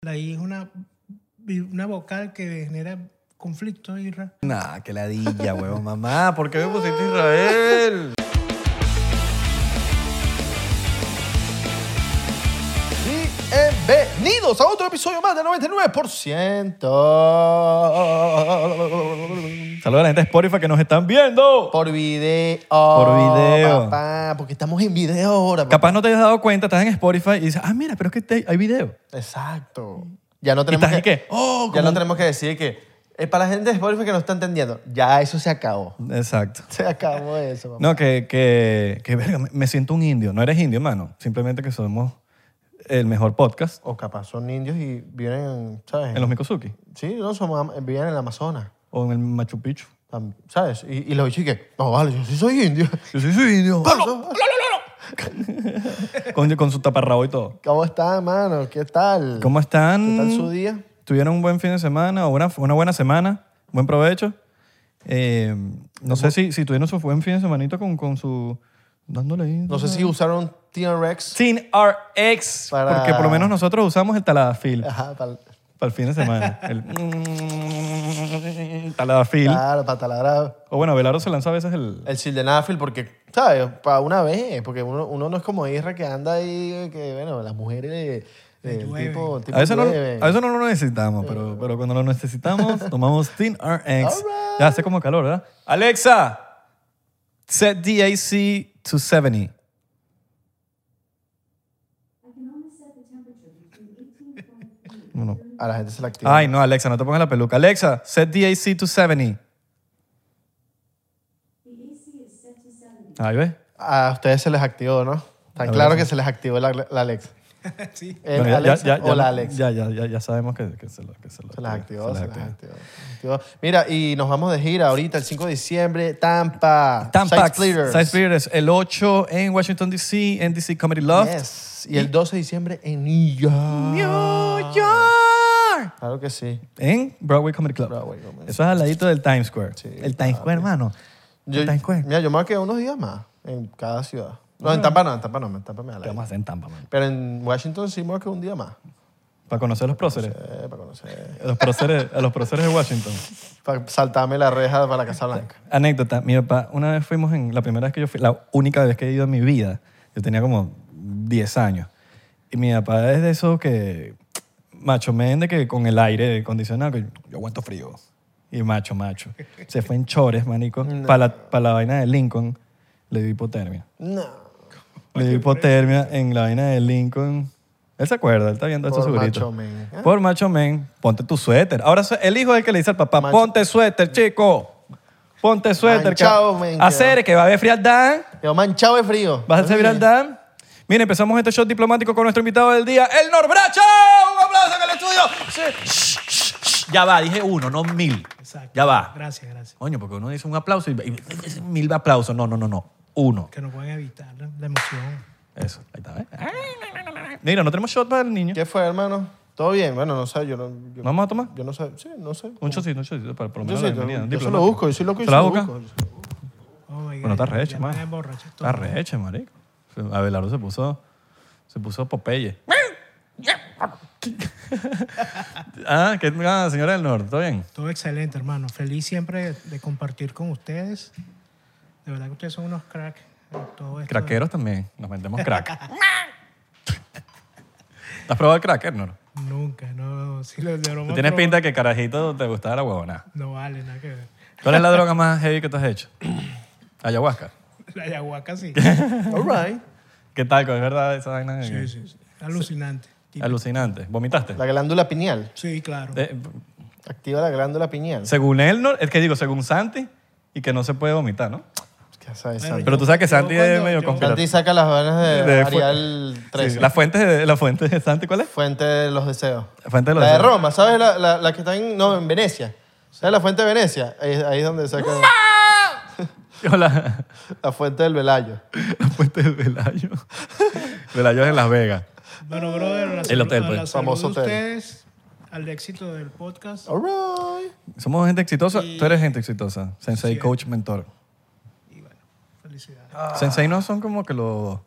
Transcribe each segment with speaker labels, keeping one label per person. Speaker 1: La I es una, una vocal que genera conflicto, Israel.
Speaker 2: Nah, que ladilla, huevón, mamá. ¿Por qué me pusiste Israel? Bienvenidos a otro episodio más de 99%. Saludos a la gente de Spotify que nos están viendo.
Speaker 3: Por video.
Speaker 2: Por video.
Speaker 3: Papá, porque estamos en video ahora. papá.
Speaker 2: Capaz no te has dado cuenta, estás en Spotify y dices, ah, mira, pero es que te- hay video.
Speaker 3: Exacto. Ya no
Speaker 2: ¿Y
Speaker 3: tenemos
Speaker 2: estás
Speaker 3: que,
Speaker 2: ahí qué? Oh,
Speaker 3: ya
Speaker 2: como-
Speaker 3: no tenemos que decir que es para la gente de Spotify que no está entendiendo. Ya eso se acabó.
Speaker 2: Exacto.
Speaker 3: Se acabó eso. papá.
Speaker 2: No, que, que, que verga, me- me siento un indio. No eres indio, mano. Simplemente que somos el mejor podcast
Speaker 3: O capaz son indios y vienen, ¿sabes?
Speaker 2: en los Mikosuki
Speaker 3: Sí, no, son, am- viven en el Amazonas.
Speaker 2: o en el Machu Picchu.
Speaker 3: tam- ¿Sabes? Y, y los bichos que, no, vale, yo sí soy indio.
Speaker 2: Yo sí soy indio.
Speaker 3: Pablo,
Speaker 2: Con, con su taparrabo y todo.
Speaker 3: ¿Cómo está, mano? ¿Qué tal?
Speaker 2: ¿Cómo Mm.
Speaker 3: ¿Qué
Speaker 2: están?
Speaker 3: tal su día?
Speaker 2: ¿Tuvieron un buen fin de semana o una, una buena semana? Buen provecho. Eh, no sé si, si tuvieron su buen fin de semanito con, con su... Dándole ahí.
Speaker 3: No sé si usaron T-Rex
Speaker 2: Sin RX.
Speaker 3: Para-
Speaker 2: Porque por lo menos nosotros usamos el taladafil
Speaker 3: Ajá, para,
Speaker 2: para el fin de semana. El taladafil.
Speaker 3: claro, para taladrar.
Speaker 2: O bueno, Abelardo se lanza a veces el...
Speaker 3: El sildenafil, porque, ¿sabes? Para una vez, porque uno, uno no es como Isra que anda ahí, que, bueno, las mujeres, eh, el
Speaker 1: llueven.
Speaker 3: tipo, el tipo
Speaker 2: A veces, no, lo-
Speaker 3: llueve.
Speaker 2: a veces no lo necesitamos, pero, pero cuando lo necesitamos, tomamos Thin RX.
Speaker 3: Alright.
Speaker 2: Ya hace como calor, ¿verdad? Alexa, set DAC to 70. No, no.
Speaker 3: A la gente se la activa.
Speaker 2: Ay, no, Alexa, no te pongas la peluca. Alexa, set DAC to 70. Ahí ves.
Speaker 3: A ustedes se les activó, ¿no? Tan
Speaker 2: La
Speaker 3: claro
Speaker 2: Alexa.
Speaker 3: que se les activó la, la Alexa.
Speaker 1: sí.
Speaker 3: El
Speaker 2: Bueno, ya- ya-
Speaker 3: Eh, Alexa
Speaker 2: ya- ya-
Speaker 3: o la Alexa.
Speaker 2: Ya, ya, ya, ya sabemos que, que se lo que se lo
Speaker 3: Se las
Speaker 2: se
Speaker 3: activó,
Speaker 2: las
Speaker 3: se las
Speaker 2: activó.
Speaker 3: activó. se las activó. Mira, y nos vamos de gira ahorita el 5 de diciembre, Tampa.
Speaker 2: Tampax,
Speaker 3: Side Splitters.
Speaker 2: Side Splitters, el 8 en Washington DC, en DC Comedy Loft.
Speaker 3: Yes. Y el 12 de diciembre en New York. Ah.
Speaker 2: New York.
Speaker 3: Claro que sí.
Speaker 2: En Broadway Comedy Club.
Speaker 3: Broadway Comedy Club.
Speaker 2: Eso es al ladito del Times Square.
Speaker 3: Sí,
Speaker 2: el Times Square, hermano.
Speaker 3: Yo,
Speaker 2: el Times Square.
Speaker 3: mira, yo me voy a quedar unos días más en cada ciudad. No, en Tampa no, en Tampa no, en Tampa me da la
Speaker 2: ¿Qué vamos a hacer en Tampa, man?
Speaker 3: Pero en Washington sí me voy a quedar un día más.
Speaker 2: Para conocer los próceres.
Speaker 3: Eh, para conocer.
Speaker 2: A los próceres, a los próceres de Washington.
Speaker 3: Para saltarme la reja para la Casa Blanca.
Speaker 2: Anécdota. Mi papá, una vez fuimos en... La primera vez que yo fui... La única vez que he ido en mi vida. Yo tenía como 10 años. Y mi papá es de esos que... Macho men de que con el aire acondicionado que yo aguanto frío. Y macho, macho. Se fue en chores, manico. Para la, pa' la vaina de Lincoln le dio hipotermia.
Speaker 3: No.
Speaker 2: Le dio hipotermia en la vaina de Lincoln. Él se acuerda, él está viendo esto
Speaker 3: Por
Speaker 2: segurito.
Speaker 3: macho men, ¿eh?
Speaker 2: Por macho men. Ponte tu suéter. Ahora so- el hijo es el que le dice al papá,
Speaker 3: Macho-
Speaker 2: ponte suéter, chico. Ponte suéter. que-
Speaker 3: Manchado, men,
Speaker 2: Hacer que va a haber frialdad.
Speaker 3: Yo manchado de frío.
Speaker 2: Vas a hacer frialdad. Mira, empezamos este show diplomático con nuestro invitado del día, el Norbracho. Un aplauso en el estudio. Sí. Shh, shh, shh. Ya va, dije uno, no mil.
Speaker 1: Exacto.
Speaker 2: Ya va.
Speaker 1: Gracias, gracias.
Speaker 2: Coño, porque uno dice un aplauso y, y- mil aplausos. No, no, no, no. Uno.
Speaker 1: Que no pueden evitar la, la emoción.
Speaker 2: Eso, ahí está, ¿ves? Ay, Mira, no tenemos shot para el niño.
Speaker 3: ¿Qué fue, hermano? ¿todo bien? Bueno, no sé, yo no, yo,
Speaker 2: ¿Vamos a tomar?
Speaker 3: yo no sé, sí, no sé.
Speaker 2: Un shotcito, un shotcito, para por lo
Speaker 3: Yo,
Speaker 2: menos
Speaker 3: sí,
Speaker 2: la
Speaker 3: yo,
Speaker 2: bienvenida.
Speaker 3: yo se lo
Speaker 2: diplomático.
Speaker 3: busco, yo sí lo que
Speaker 2: ¿Se la
Speaker 3: yo
Speaker 2: busca?
Speaker 3: busco.
Speaker 1: Oh my God.
Speaker 2: Bueno, está
Speaker 1: ya-
Speaker 2: recho,
Speaker 1: ya
Speaker 2: man.
Speaker 1: me emborraché todo.
Speaker 2: Está reche, marico. Se- Abelardo se puso, se puso Popeye. ah, que, ah, señora del norte, ¿todo bien?
Speaker 1: Todo excelente, hermano. Feliz siempre de, de compartir con ustedes. De verdad que ustedes son unos cracks. Todo esto.
Speaker 2: Craqueros también, nos vendemos crack. ¿Has probado el cracker, no?
Speaker 1: Nunca, no. Si lo de broma,
Speaker 2: Tú tienes
Speaker 1: pero-
Speaker 2: pinta de que carajito te gustaba la huevona.
Speaker 1: No vale, nada que ver.
Speaker 2: ¿Cuál es la droga más heavy que tú has hecho? Ayahuasca.
Speaker 1: La ayahuasca sí.
Speaker 3: All right.
Speaker 2: ¿Qué tal? ¿Es verdad esa vaina?
Speaker 1: Sí, sí, sí. Alucinante. Tipo-
Speaker 2: Alucinante. ¿Vomitaste?
Speaker 3: La glándula pineal.
Speaker 1: Sí, claro.
Speaker 2: Eh,
Speaker 3: Activa la glándula pineal.
Speaker 2: según él, no, es que digo, según Santi, y que no se puede vomitar, ¿no?
Speaker 3: ¿Qué sabes,
Speaker 1: Bueno,
Speaker 3: Santi?
Speaker 2: Pero tú sabes que Santi
Speaker 1: Yo
Speaker 2: es
Speaker 1: cuando-
Speaker 2: medio
Speaker 1: yo-
Speaker 2: conspirativo.
Speaker 3: Santi saca las vanas de,
Speaker 2: De-
Speaker 3: Arial
Speaker 2: Sí,
Speaker 3: 13.
Speaker 2: la, fuente de, la fuente de Santi, ¿cuál es?
Speaker 3: Fuente de los deseos.
Speaker 2: La fuente de los
Speaker 3: la de
Speaker 2: deseos.
Speaker 3: Roma, ¿sabes? La, la, la que está en, no, en Venecia. ¿Sabes la fuente de Venecia? Ahí, ahí es donde saca
Speaker 2: Hola.
Speaker 3: la fuente del Velayo.
Speaker 2: La fuente de Velayo. Velayo es en Las Vegas.
Speaker 1: Bueno, brother, a la,
Speaker 2: El hotel,
Speaker 1: a
Speaker 2: pues.
Speaker 1: la salud
Speaker 3: Famoso
Speaker 1: de
Speaker 3: hotel.
Speaker 1: ustedes, al éxito del podcast.
Speaker 3: All right.
Speaker 2: Somos gente exitosa. Tú eres gente exitosa. Sensei,
Speaker 1: Sí. Ah.
Speaker 2: coach, mentor.
Speaker 1: Y bueno, felicidades.
Speaker 2: Sensei no son como que los,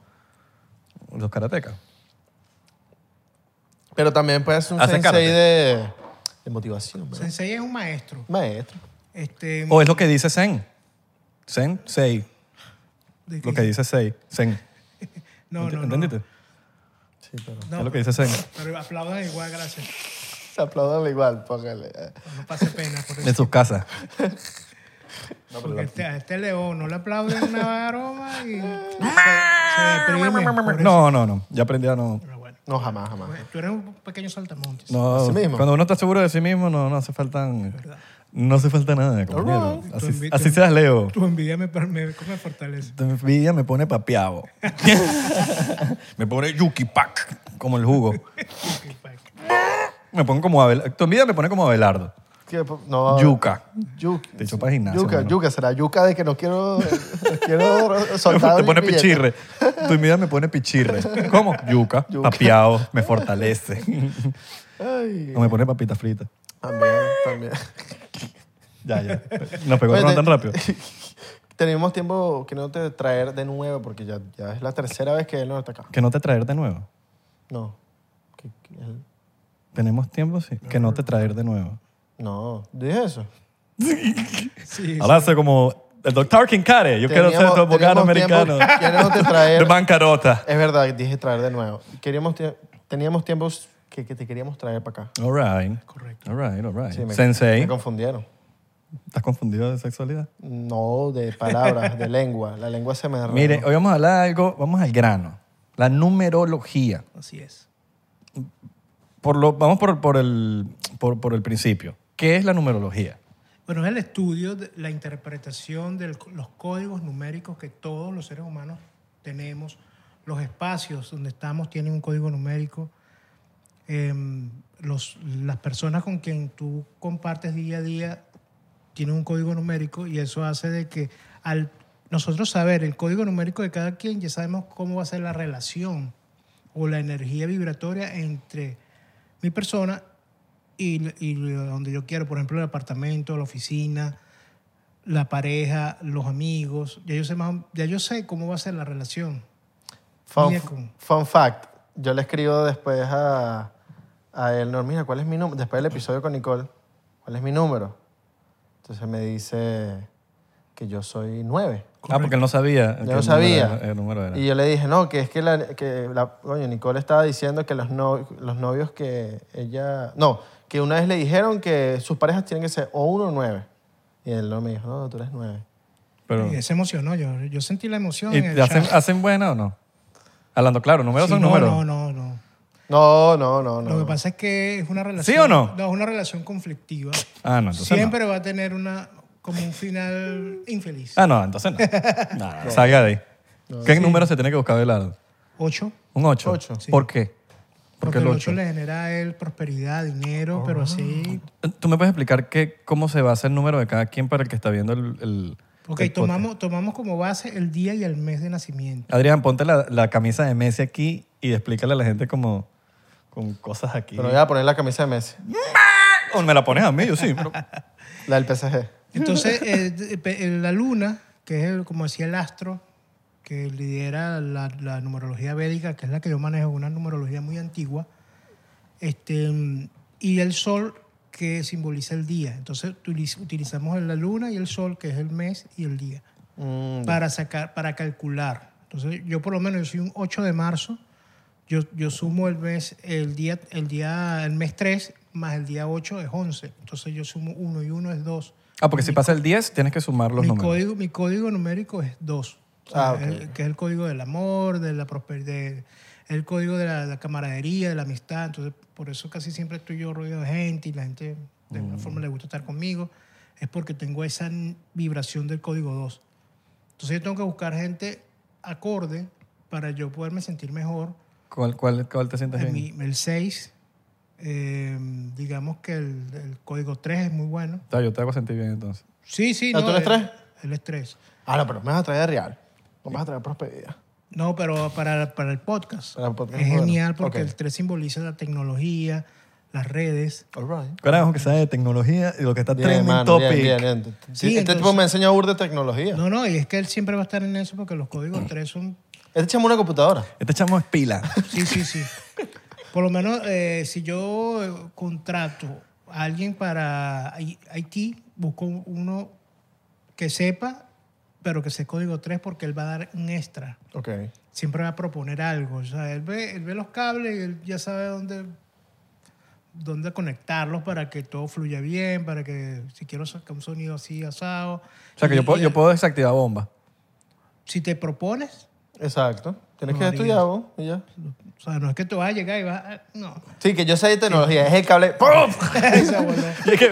Speaker 2: los karatecas.
Speaker 3: Pero también puede ser un
Speaker 2: Hacen
Speaker 3: sensei
Speaker 2: karate.
Speaker 3: de, de motivación. ¿verdad?
Speaker 1: Sensei es un maestro.
Speaker 3: Maestro.
Speaker 1: Este,
Speaker 2: O es lo que dice Zen. Zen, Sei.
Speaker 1: de
Speaker 2: Lo que dice Sei. Zen.
Speaker 1: No,
Speaker 2: Ent-
Speaker 1: no, no.
Speaker 2: ¿Entendiste?
Speaker 3: Sí, pero...
Speaker 1: No,
Speaker 2: es lo que dice Zen.
Speaker 1: Pero aplaudan igual, gracias.
Speaker 3: Aplaudanle igual, póngale. eh.
Speaker 1: No pase pena por
Speaker 2: En
Speaker 1: eso.
Speaker 2: sus casas.
Speaker 1: Porque este, a este león no le aplauden una aroma y se, se deprime. por eso.
Speaker 2: No, no, no. Ya aprendí a no.
Speaker 1: Pero bueno,
Speaker 3: No, jamás, jamás.
Speaker 1: pues, tú eres un pequeño saltamontes.
Speaker 2: no
Speaker 3: Así mismo.
Speaker 2: Cuando uno está seguro de sí mismo, no, no hace falta. No hace falta nada, compañero.
Speaker 3: Alright.
Speaker 1: Tu
Speaker 2: Así,
Speaker 1: envidia-
Speaker 2: así seas Leo.
Speaker 1: Tu envidia me, me, me fortalece.
Speaker 2: Tu envidia me pone papiado. me pone yuki pack, como el jugo.
Speaker 1: Ok, pack.
Speaker 2: Me pone como Abel- Tu envidia me pone como Abelardo.
Speaker 3: ¿Qué? pues, No.
Speaker 2: Yuca.
Speaker 3: Yuca.
Speaker 2: Te echó para gimnasio,
Speaker 3: Ah. Yuca,
Speaker 2: mano.
Speaker 3: yuca. Será yuca de que no quiero, no quiero soltar
Speaker 2: te pone
Speaker 3: mi billete.
Speaker 2: pichirre. Tu envidia me pone pichirre. ¿Cómo? Yuca,
Speaker 3: Yuca.
Speaker 2: papiado, me fortalece.
Speaker 3: Ay,
Speaker 2: o me pone papita frita.
Speaker 3: también, también.
Speaker 2: Ya, ya. Nos pegó el
Speaker 3: Oye,
Speaker 2: ron
Speaker 3: te-
Speaker 2: tan rápido.
Speaker 3: Tenemos tiempo que no te traer de nuevo porque ya, ya es la tercera vez que él no está acá.
Speaker 2: Que no te traer de nuevo.
Speaker 3: No. Que- que él-
Speaker 2: Tenemos tiempo, sí. Que no te traer de nuevo.
Speaker 3: No, dije eso.
Speaker 1: Sí,
Speaker 2: Ahora hace como el doctor Kinkare. Yo quiero ser
Speaker 3: Teníamos-
Speaker 2: tobogán
Speaker 3: teníamos
Speaker 2: americano.
Speaker 3: tiempo- Queríamos te
Speaker 2: De
Speaker 3: traer.
Speaker 2: bancarota.
Speaker 3: Es verdad, dije traer de nuevo. Queríamos, tie- teníamos tiempos que, que te queríamos traer para acá.
Speaker 2: All right.
Speaker 1: correcto.
Speaker 2: All right, all right.
Speaker 3: Sí, me-
Speaker 2: Sensei,
Speaker 3: Me confundieron.
Speaker 2: ¿estás confundido de sexualidad?
Speaker 3: No, de palabras, de lengua. La lengua se me enredó.
Speaker 2: Mire, hoy vamos a hablar de algo, vamos al grano. La numerología.
Speaker 1: Así es.
Speaker 2: Por lo, vamos por, por, el, por, por el principio. ¿Qué es la numerología? Ah,
Speaker 1: Bueno, es el estudio, de- la interpretación de los códigos numéricos que todos los seres humanos tenemos. Los espacios donde estamos tienen un código numérico. Em, los, las personas con quien tú compartes día a día tienen un código numérico y eso hace de que al nosotros saber el código numérico de cada quien ya sabemos cómo va a ser la relación o la energía vibratoria entre mi persona y, y donde yo quiero, por ejemplo, el apartamento, la oficina, la pareja, los amigos. Ya yo sé, más- ya yo sé cómo va a ser la relación.
Speaker 3: Fun,
Speaker 1: Mira cómo.
Speaker 3: fun fact, yo le escribo después a, a él, no, mira, ¿cuál es mi número? Después del episodio con Nicole, ¿cuál es mi número? Entonces me dice que yo soy nueve.
Speaker 2: Ah, porque él no sabía. qué
Speaker 3: Yo no
Speaker 2: número
Speaker 3: sabía.
Speaker 2: era- el número era.
Speaker 3: Y yo le dije, no, que es que la, que la- coño, Nicole estaba diciendo que los, no- los novios que ella, no, que una vez le dijeron que sus parejas tienen que ser o uno o nueve. Y él no me dijo, no, tú eres nueve.
Speaker 2: Pero,
Speaker 1: Y se emocionó, yo, yo sentí la emoción.
Speaker 2: ¿Y
Speaker 1: en el
Speaker 2: te hacen,
Speaker 1: chat.
Speaker 2: hacen buena o no? Hablando claro, números
Speaker 1: Sí,
Speaker 2: son
Speaker 1: no,
Speaker 2: números.
Speaker 1: No, no, no.
Speaker 3: No, no, no, no.
Speaker 1: Lo que pasa es que es una relación.
Speaker 2: ¿Sí o no?
Speaker 1: No, es una relación conflictiva.
Speaker 2: Ah, no, entonces
Speaker 1: Siempre va a tener una, como un final infeliz.
Speaker 2: no. Ah, no, entonces no. no, no, salga de ahí. ¿Qué número se tiene que buscar Abelardo?
Speaker 1: Ocho.
Speaker 2: ¿Un 8?
Speaker 3: Ocho.
Speaker 2: ¿Por qué? ¿Por
Speaker 1: Porque
Speaker 2: qué el Ah,
Speaker 1: el ocho
Speaker 2: 8?
Speaker 1: le genera a él prosperidad, dinero, pero así
Speaker 2: ¿Tú me puedes explicar qué, cómo se basa el número de cada quien para el que está viendo el... el
Speaker 1: Ok,
Speaker 2: el podcast?
Speaker 1: tomamos, tomamos como base el día y el mes de nacimiento.
Speaker 2: Adrián, ponte la, la camisa de Messi aquí y explícale a la gente como con cosas aquí.
Speaker 3: Pero voy a poner la camisa de Messi,
Speaker 2: O me la pones a mí, yo sí. pero-
Speaker 3: la del PSG.
Speaker 1: Entonces, eh, de- pe- eh, la luna, que es el- como decía el astro, que lidera la, la numerología védica, que es la que yo manejo, una numerología muy antigua, este, mm, y el sol, que simboliza el día. Entonces, utiliz- utilizamos la luna y el sol, que es el mes y el día.
Speaker 3: Mm,
Speaker 1: para sacar, para calcular. Entonces, yo por lo menos, yo soy un 8 de marzo, yo, yo sumo el mes, el día, el día, el mes 3 más el día 8 es 11. Entonces, yo sumo 1 y 1 es 2.
Speaker 2: Ah, porque si pasa el 10, tienes que sumar los
Speaker 1: Mi
Speaker 2: números.
Speaker 1: código, mi código numérico es 2,
Speaker 3: Ah,
Speaker 1: que, es el, que es el código del amor, de la prosperidad, el código de la, la camaradería, de la amistad. Entonces, por eso casi siempre estoy yo rodeado de gente y la gente de alguna
Speaker 3: Mm.
Speaker 1: forma le gusta estar conmigo. Es porque tengo esa n- vibración del código 2. Entonces, yo tengo que buscar gente acorde para yo poderme sentir mejor.
Speaker 2: ¿Cuál, cuál, cuál te sientes
Speaker 1: En
Speaker 2: bien?
Speaker 1: mi- el 6, eh, digamos que el, el código 3 es muy bueno.
Speaker 2: Está, yo te hago sentir bien entonces.
Speaker 1: Sí, sí.
Speaker 3: ¿Ah, tú eres
Speaker 1: el-
Speaker 3: tres?
Speaker 1: El estrés.
Speaker 3: Ah, no, pero me vas a traer real. No me vas a traer prosperidad.
Speaker 1: No, pero para, para el podcast.
Speaker 3: Para el podcast,
Speaker 1: es
Speaker 3: bueno.
Speaker 1: genial porque
Speaker 3: Ok.
Speaker 1: el 3 simboliza la tecnología, las redes.
Speaker 3: All right.
Speaker 2: Carajo, que sabe de tecnología y lo que está
Speaker 3: Bien,
Speaker 2: trending
Speaker 3: mano,
Speaker 2: topic.
Speaker 3: bien, bien, bien.
Speaker 1: Sí,
Speaker 3: este
Speaker 1: entonces-
Speaker 3: tipo me enseña a de tecnología.
Speaker 1: No, no, y es que él siempre va a estar en eso porque los códigos 3 son...
Speaker 3: Este chamo es una computadora.
Speaker 2: Este chamo es pila.
Speaker 1: Sí, sí, sí. Por lo menos, eh, si yo eh, contrato a alguien para Hai- Haití, busco uno que sepa, pero que sea código 3 porque él va a dar un extra.
Speaker 3: Ok.
Speaker 1: Siempre va a proponer algo. O sea, él ve, él ve los cables y él ya sabe dónde, dónde conectarlos para que todo fluya bien, para que si quiero sacar un sonido así asado.
Speaker 2: O sea, que yo
Speaker 1: Y-
Speaker 2: puedo,
Speaker 1: y
Speaker 2: yo
Speaker 1: él-
Speaker 2: puedo desactivar bomba.
Speaker 1: Si te propones,
Speaker 3: Exacto. Tienes que
Speaker 1: Marico.
Speaker 3: estudiar vos y ya.
Speaker 1: o sea, no es que te vas a llegar y vas a... No.
Speaker 3: Sí, que yo sé de tecnología. Es el cable. ¡Pum!
Speaker 1: Se voló.
Speaker 2: Y es que,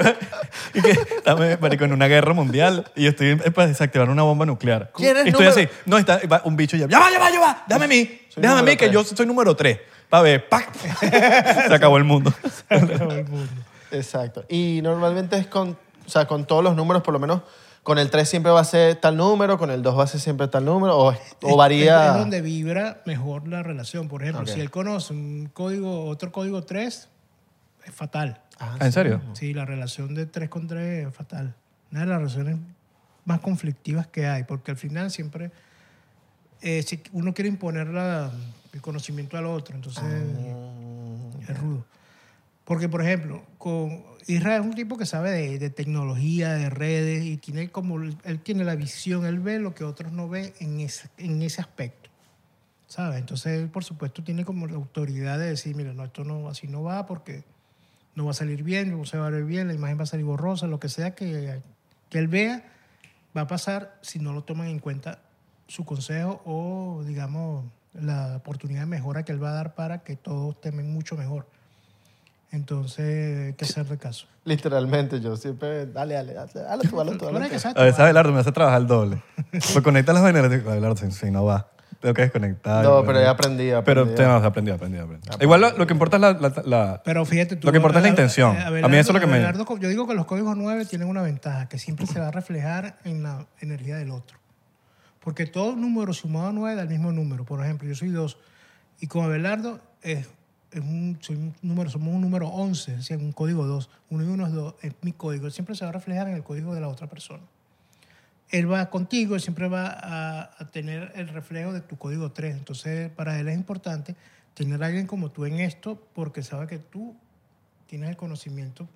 Speaker 2: y que dame, marico, en una guerra mundial y yo estoy eh, para desactivar una bomba nuclear.
Speaker 3: ¿Quién es
Speaker 2: y estoy
Speaker 3: número-
Speaker 2: así, no, está y va un bicho ya, ya va, ya va, ya va, dame a mí,
Speaker 3: Soy
Speaker 2: déjame a mí
Speaker 3: número
Speaker 2: que yo soy número 3. Para ver, ¡pac! se acabó el mundo.
Speaker 1: Todo el mundo.
Speaker 3: Exacto. Y normalmente es con, o sea, con todos los números, por lo menos con el 3 siempre va a ser tal número, con el 2 va a ser siempre tal número, o, o
Speaker 1: Es,
Speaker 3: varía.
Speaker 1: es donde vibra mejor la relación. Por ejemplo,
Speaker 3: Ok.
Speaker 1: si él conoce un código, otro código 3, es fatal.
Speaker 3: Ah,
Speaker 2: ¿En serio?
Speaker 1: Sí, la relación de 3 con 3 es fatal. Una de las relaciones más conflictivas que hay, porque al final siempre eh, si uno quiere imponer la- el conocimiento al otro, entonces
Speaker 3: Ah, Mm,
Speaker 1: es rudo. Porque, por ejemplo, con Israel es un tipo que sabe de, de tecnología, de redes, y tiene como, él tiene la visión, él ve lo que otros no ven en ese, en ese aspecto. ¿Sabes? Entonces él, por supuesto, tiene como la autoridad de decir, mira, no, esto no, así no va porque no va a salir bien, no se va a ver bien, la imagen va a salir borrosa, lo que sea que, que él vea, va a pasar si no lo toman en cuenta su consejo o, digamos, la oportunidad de mejora que él va a dar para que todos temen mucho mejor. Entonces, hay que hacerle caso.
Speaker 3: Literalmente, yo siempre. Dale, dale, dale, dale tú, dale tú,
Speaker 1: Tú
Speaker 3: dale
Speaker 1: eres
Speaker 3: tú.
Speaker 1: que sabes,
Speaker 2: A veces Abelardo me hace trabajar el doble. Pues conecta las vainas y digo, Abelardo, si no va. Tengo que desconectar.
Speaker 3: No,
Speaker 2: Y-
Speaker 3: pero ya aprendí, aprendí.
Speaker 2: Pero te vas aprendí, aprendí, aprendí. Igual lo, lo que importa es la- la- la,
Speaker 1: Pero fíjate tú.
Speaker 2: Lo que importa es la
Speaker 1: Abe-
Speaker 2: intención.
Speaker 1: Abe-
Speaker 2: A mí eso es lo que me-
Speaker 1: Abelardo, yo digo que los códigos 9 tienen una ventaja, que siempre se va a reflejar en la energía del otro. Porque todo número sumado a 9 da el mismo número. Por ejemplo, yo soy 2. Y con Abelardo es, es un, soy un número, somos un número 11, es decir, un código 2. Uno y uno es 2. Es mi código. Siempre se va a reflejar en el código de la otra persona. Él va contigo y siempre va a, a tener el reflejo de tu código 3. Entonces, para él es importante tener a alguien como tú en esto porque sabe que tú tienes el conocimiento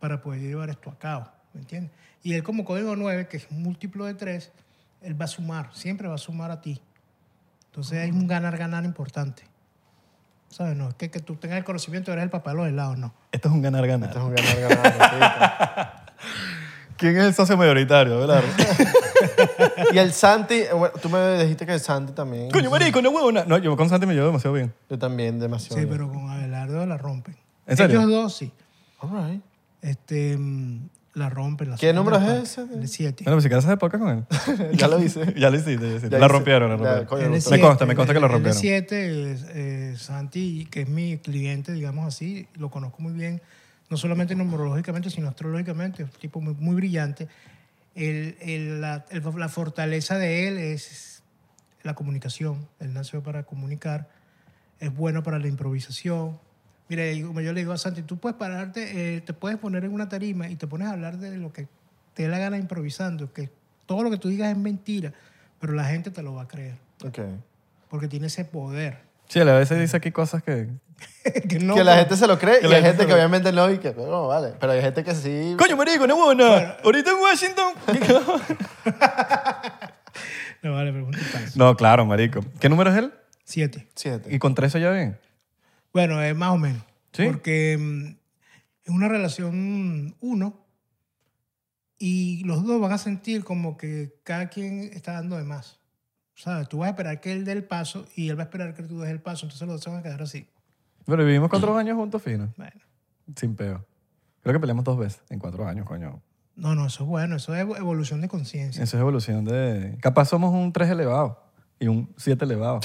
Speaker 1: para poder llevar esto a cabo, ¿me entiendes? Y él como código 9, que es un múltiplo de 3, él va a sumar, siempre va a sumar a ti. Entonces hay un ganar-ganar importante. ¿Sabes? No, es que, que tú tengas el conocimiento, eres el papá de los helados, no.
Speaker 2: Esto es un ganar-ganar.
Speaker 3: Esto es un ganar, ganar.
Speaker 2: ¿Quién es el socio mayoritario, Abelardo?
Speaker 3: sí. y el Santi, eh, bueno, tú me dijiste que el Santi también.
Speaker 2: Coño, marico, no huevo. No, yo con Santi me llevo demasiado bien.
Speaker 3: Yo también, demasiado.
Speaker 1: Sí,
Speaker 3: bien.
Speaker 1: pero con Abelardo la rompen.
Speaker 2: ¿En serio?
Speaker 1: Ellos dos sí.
Speaker 3: All right.
Speaker 1: Este, mm, la rompen. La
Speaker 3: ¿Qué
Speaker 1: sacan
Speaker 3: número
Speaker 1: del
Speaker 3: es
Speaker 1: parque.
Speaker 3: ese?
Speaker 1: El 7.
Speaker 2: Bueno, pues si quieres hacer podcast con él.
Speaker 3: ya lo hice.
Speaker 2: ya lo hiciste, ya lo hiciste.
Speaker 3: Ya
Speaker 2: la
Speaker 3: hice.
Speaker 2: rompieron, la
Speaker 3: Ya,
Speaker 2: rompieron.
Speaker 3: coño,
Speaker 1: Él
Speaker 3: me
Speaker 1: es
Speaker 3: gustó.
Speaker 2: Me consta, me consta que lo
Speaker 1: él es
Speaker 2: rompieron.
Speaker 1: siete, es, eh, Santi, que es mi cliente, digamos así, lo conozco muy bien, no solamente numerológicamente, sino astrológicamente, es un tipo muy, muy brillante. El- el- la, el- la fortaleza de él es la comunicación, él nació para comunicar, es bueno para la improvisación. Mira, y como yo le digo a Santi, tú puedes pararte, eh, te puedes poner en una tarima y te pones a hablar de lo que te dé la gana improvisando, que todo lo que tú digas es mentira, pero la gente te lo va a creer
Speaker 3: Ok.
Speaker 1: porque tiene ese poder.
Speaker 2: Sí, él a veces dice aquí cosas que...
Speaker 1: que no,
Speaker 3: que la gente se lo cree
Speaker 2: que
Speaker 3: y
Speaker 2: la
Speaker 3: hay
Speaker 2: gente
Speaker 3: gente
Speaker 2: se
Speaker 3: que
Speaker 2: lo-
Speaker 3: obviamente no y que no, vale. Pero hay gente que sí.
Speaker 2: Coño, marico, no huevo nada. Ahorita en Washington.
Speaker 1: No, vale, pregunta y paso.
Speaker 2: no, claro, marico. ¿Qué número es él?
Speaker 1: Siete.
Speaker 3: Siete.
Speaker 2: ¿Y con tres se lleva bien?
Speaker 1: Bueno, es más o menos.
Speaker 2: ¿Sí?
Speaker 1: Porque mm, es una relación mm, uno y los dos van a sentir como que cada quien está dando de más. ¿Sabes? Tú vas a esperar que él dé el paso y él va a esperar que tú des el paso. Entonces los dos se van a quedar así.
Speaker 2: Pero vivimos cuatro años juntos, fino.
Speaker 1: Bueno.
Speaker 2: Sin peo. Creo que peleamos dos veces en cuatro años, coño.
Speaker 1: No, no, eso es bueno. Eso es evo- evolución de conciencia.
Speaker 2: Eso es evolución de... Capaz somos un tres elevado y un siete elevado.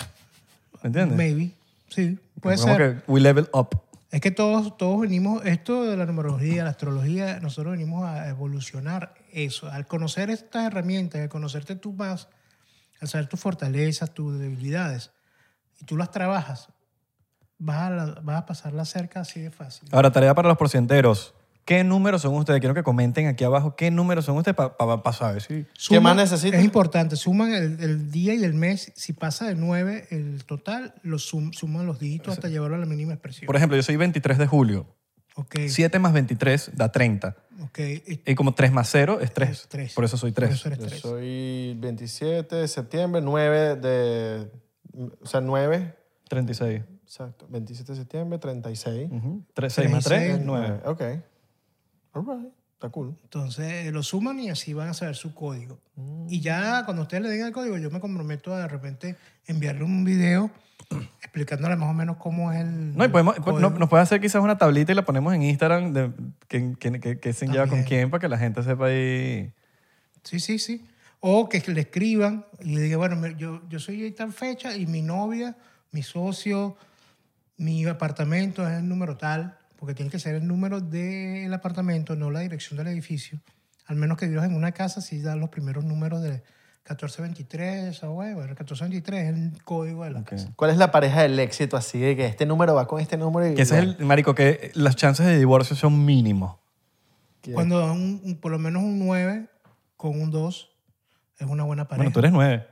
Speaker 2: ¿Me entiendes?
Speaker 1: Maybe. Sí, puede
Speaker 2: Como
Speaker 1: ser.
Speaker 2: que we level up.
Speaker 1: Es que todos, todos venimos, esto de la numerología, la astrología, nosotros venimos a evolucionar eso. Al conocer estas herramientas, al conocerte tú más, al saber tus fortalezas, tus debilidades, y tú las trabajas, vas a, la- vas a pasarla cerca así de fácil.
Speaker 2: Ahora, tarea para los porcienteros. ¿Qué números son ustedes? Quiero que comenten aquí abajo qué números son ustedes para saber si...
Speaker 3: ¿Qué más necesitas?
Speaker 1: Es importante, suman el, el día y el mes. Si pasa de 9 el total, lo sum- suman los dígitos hasta llevarlo a la mínima expresión.
Speaker 2: Por ejemplo, yo soy 23 de julio.
Speaker 1: ok,
Speaker 2: 7 más 23 da 30.
Speaker 1: ok. Y-
Speaker 2: Y como 3 más 0 es 3.
Speaker 1: Es tres.
Speaker 2: Por eso soy
Speaker 1: por
Speaker 2: 3.
Speaker 1: eso eres
Speaker 3: Yo
Speaker 1: tres.
Speaker 3: soy 27 de septiembre, 9 de... O sea, 9,
Speaker 2: 36.
Speaker 3: exacto. 27 de septiembre,
Speaker 2: Mm.
Speaker 3: 36.
Speaker 2: 3, 6 más 3 es
Speaker 1: 36,
Speaker 2: 9.
Speaker 3: Ok. All right. Está cool.
Speaker 1: Entonces eh, lo suman y así van a saber su código.
Speaker 2: Mm.
Speaker 1: Y ya cuando ustedes le den el código, yo me comprometo a de repente enviarle un video explicándole más o menos cómo es el.
Speaker 2: No, y podemos, pues,
Speaker 1: código.
Speaker 2: no- nos puede hacer quizás una tablita y la ponemos en Instagram de quién, quién, qué- qué se lleva con
Speaker 1: También.
Speaker 2: quién para que la gente sepa ahí.
Speaker 1: Sí, sí, sí. O que le escriban y le diga, bueno, me- yo, yo soy de tal fecha y mi novia, mi socio, mi apartamento es el número tal, porque tiene que ser el número del apartamento, no la dirección del edificio. Al menos que vivas en una casa, si dan los primeros números de 1423, o bueno, 1423 es el código de la
Speaker 2: Ok.
Speaker 1: casa.
Speaker 3: ¿Cuál es la pareja del éxito así? De que este número va con este número y...
Speaker 2: Que ese es el, marico, que las chances de divorcio son mínimos.
Speaker 3: Que-
Speaker 1: Cuando dan un- un- por lo menos un 9 con un 2 es una buena pareja.
Speaker 2: Bueno, tú eres 9.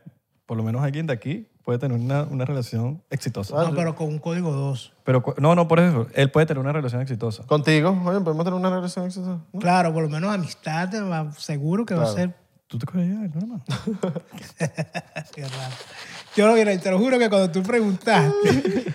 Speaker 2: Por lo menos alguien de aquí puede tener una, una relación exitosa.
Speaker 1: No, pero con un código 2.
Speaker 2: Pero cu- no, no, por eso. Él puede tener una relación exitosa.
Speaker 3: Contigo, oye, podemos tener una relación exitosa. ¿No?
Speaker 1: Claro, por lo menos amistad, te va- seguro que va a
Speaker 3: Claro.
Speaker 1: ser.
Speaker 2: ¿Tú te crees ya, normal?
Speaker 1: Qué raro. Yo lo diré, te lo juro que cuando tú preguntaste,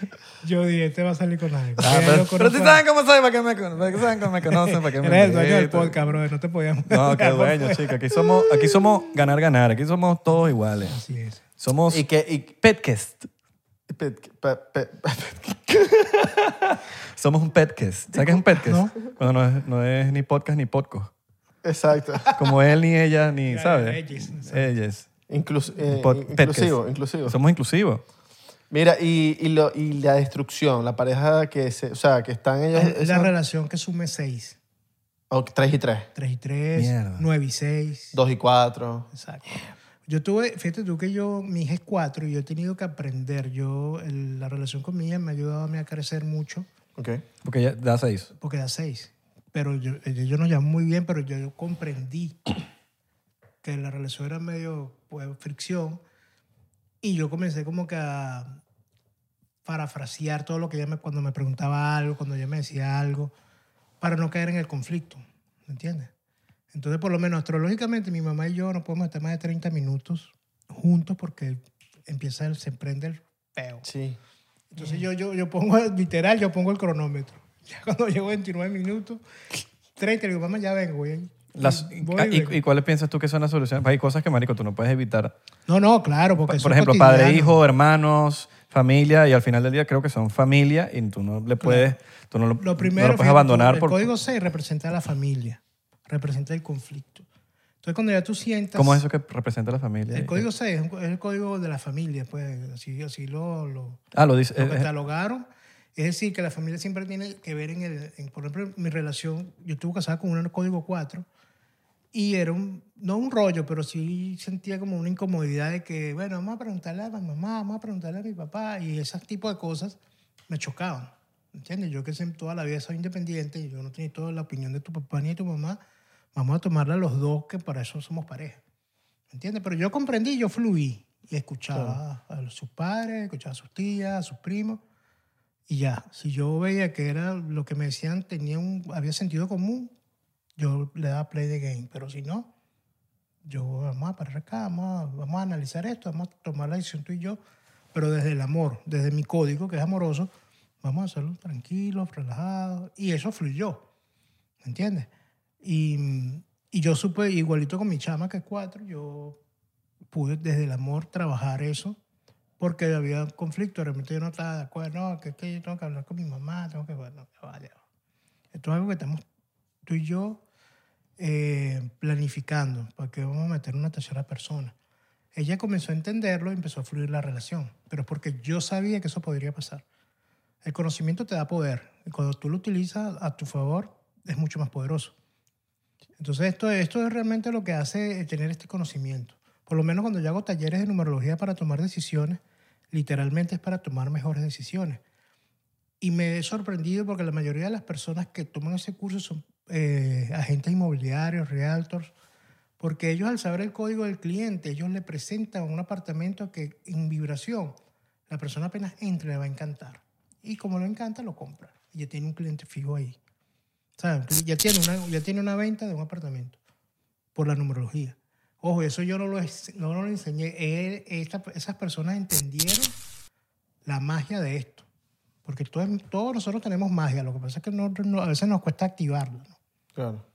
Speaker 1: yo dije, este va a salir con algo.
Speaker 2: Ah,
Speaker 1: Ya
Speaker 2: pero
Speaker 1: lo
Speaker 2: pero si
Speaker 1: conozco.
Speaker 2: saben cómo soy, ¿para qué me, con- para que saben cómo me conocen? ¿Para qué me
Speaker 1: Eres el dueño del
Speaker 2: invitan?
Speaker 1: podcast, bro, no te podíamos.
Speaker 2: No, qué dueño, chica. Aquí somos, aquí somos ganar, ganar. Aquí somos todos iguales.
Speaker 1: Así es.
Speaker 2: Somos
Speaker 3: Y que... Y,
Speaker 2: petcast.
Speaker 3: pe- pe- pe-
Speaker 2: Somos un petcast. ¿Sabes qué es un petcast? Cuando no es, no es ni podcast ni podcast.
Speaker 3: exacto.
Speaker 2: Como él, ni ella, ni,
Speaker 1: Ya,
Speaker 2: ¿sabes?
Speaker 1: ellos,
Speaker 2: Ellas.
Speaker 3: Inclus- eh,
Speaker 2: Pod-
Speaker 3: inclusivo,
Speaker 2: podcast.
Speaker 3: inclusivo.
Speaker 2: Somos inclusivos.
Speaker 3: Mira, y, y, lo, y la destrucción, la pareja que se, o sea, que están ellos...
Speaker 1: Es la
Speaker 3: esas-
Speaker 1: relación que sume 6.
Speaker 3: Ok, tres y tres.
Speaker 1: 3 y 3,
Speaker 2: Mierda.
Speaker 1: 9 y 6.
Speaker 3: Dos y cuatro.
Speaker 1: Exacto. Yo tuve, fíjate tú que yo, mi hija es cuatro y yo he tenido que aprender. Yo, el- la relación con mi hija me ha ayudado a mí a crecer mucho
Speaker 3: Ok.
Speaker 2: Porque ya da seis.
Speaker 1: porque da seis. Pero yo, eh, yo no llamo muy bien, pero yo, yo comprendí que la relación era medio pues, fricción y yo comencé como que a parafrasear todo lo que ella me, cuando me preguntaba algo, cuando ella me decía algo, para no caer en el conflicto, ¿me entiendes? Entonces, por lo menos astrológicamente, mi mamá y yo no podemos estar más de 30 minutos juntos porque empieza, el- se emprende el peo.
Speaker 3: Sí.
Speaker 1: Entonces yo, yo, yo pongo, literal, yo pongo el cronómetro. Ya cuando llevo 29 minutos, 30, le digo, mamá, ya vengo, güey.
Speaker 2: Las,
Speaker 1: Y voy,
Speaker 2: ah, y,
Speaker 1: vengo.
Speaker 2: y cuáles piensas tú que son las soluciones? Pues Hay cosas que, marico, tú no puedes evitar.
Speaker 1: no, no, claro, porque eso
Speaker 2: Por
Speaker 1: es
Speaker 2: ejemplo, padre, e
Speaker 1: cotidiano.
Speaker 2: hijo, hermanos, familia, y al final del día creo que son familia y tú no le puedes, tú no lo, no
Speaker 1: Lo
Speaker 2: lo
Speaker 1: primero,
Speaker 2: puedes
Speaker 1: fíjate,
Speaker 2: abandonar
Speaker 1: el
Speaker 2: por...
Speaker 1: código 6 representa a la familia, representa el conflicto. Entonces cuando ya tú sientas...
Speaker 2: ¿Cómo es eso que representa la familia?
Speaker 1: El código 6 es un- es el código de la familia, pues así, así lo, lo,
Speaker 2: Ah, lo dice.
Speaker 1: lo
Speaker 2: eh, eh,
Speaker 1: catalogaron. Es decir, que la familia siempre tiene que ver en el. en, por ejemplo, mi relación, yo estuve casada con un código 4 y era un. No un rollo, pero sí sentía como una incomodidad de que, bueno, vamos a preguntarle a mi mamá, vamos a preguntarle a mi papá y ese tipo de cosas me chocaban. ¿Entiendes? Yo que siempre- toda la vida soy independiente y yo no tenía toda la opinión de tu papá ni de tu mamá, vamos a tomarla los dos, que para eso somos pareja. ¿Entiendes? Pero yo comprendí, yo fluí y escuchaba a sus padres, escuchaba a sus tías, a sus primos y ya. Si yo veía que era lo que me decían tenía un, había sentido común, yo le daba play the game. Pero si no, yo vamos a parar acá, vamos a, vamos a analizar esto, vamos a tomar la decisión tú y yo, pero desde el amor, desde mi código que es amoroso, vamos a hacerlo tranquilo, relajado. Y eso fluyó, ¿me entiendes? Y, y yo supe, igualito con mi chama que es cuatro, yo pude desde el amor trabajar eso porque había un conflicto, de repente yo no estaba de acuerdo, no, que es que yo tengo que hablar con mi mamá, tengo que, bueno, ya va, ya va. Esto es algo que estamos tú y yo eh, planificando, porque vamos a meter una tercera persona. Ella comenzó a entenderlo y empezó a fluir la relación, pero es porque yo sabía que eso podría pasar. El conocimiento te da poder, y cuando tú lo utilizas a tu favor, es mucho más poderoso. Entonces, esto, esto es realmente lo que hace eh, tener este conocimiento. Por lo menos cuando yo hago talleres de numerología para tomar decisiones, literalmente es para tomar mejores decisiones. Y me he sorprendido porque la mayoría de las personas que toman ese curso son eh, agentes inmobiliarios, realtors, porque ellos al saber el código del cliente, ellos le presentan un apartamento que en vibración la persona apenas entre le va a encantar. Y como le encanta, lo compra. Y ya tiene un cliente fijo ahí. ¿Sabes? Ya tiene una, ya tiene una venta de un apartamento por la numerología. Ojo, eso yo no lo, ens- no lo enseñé. Él- esta- esas personas entendieron la magia de esto. Porque todos, todos nosotros tenemos magia. Lo que pasa es que nosotros no- a veces nos cuesta activarla. ¿no?
Speaker 3: Claro.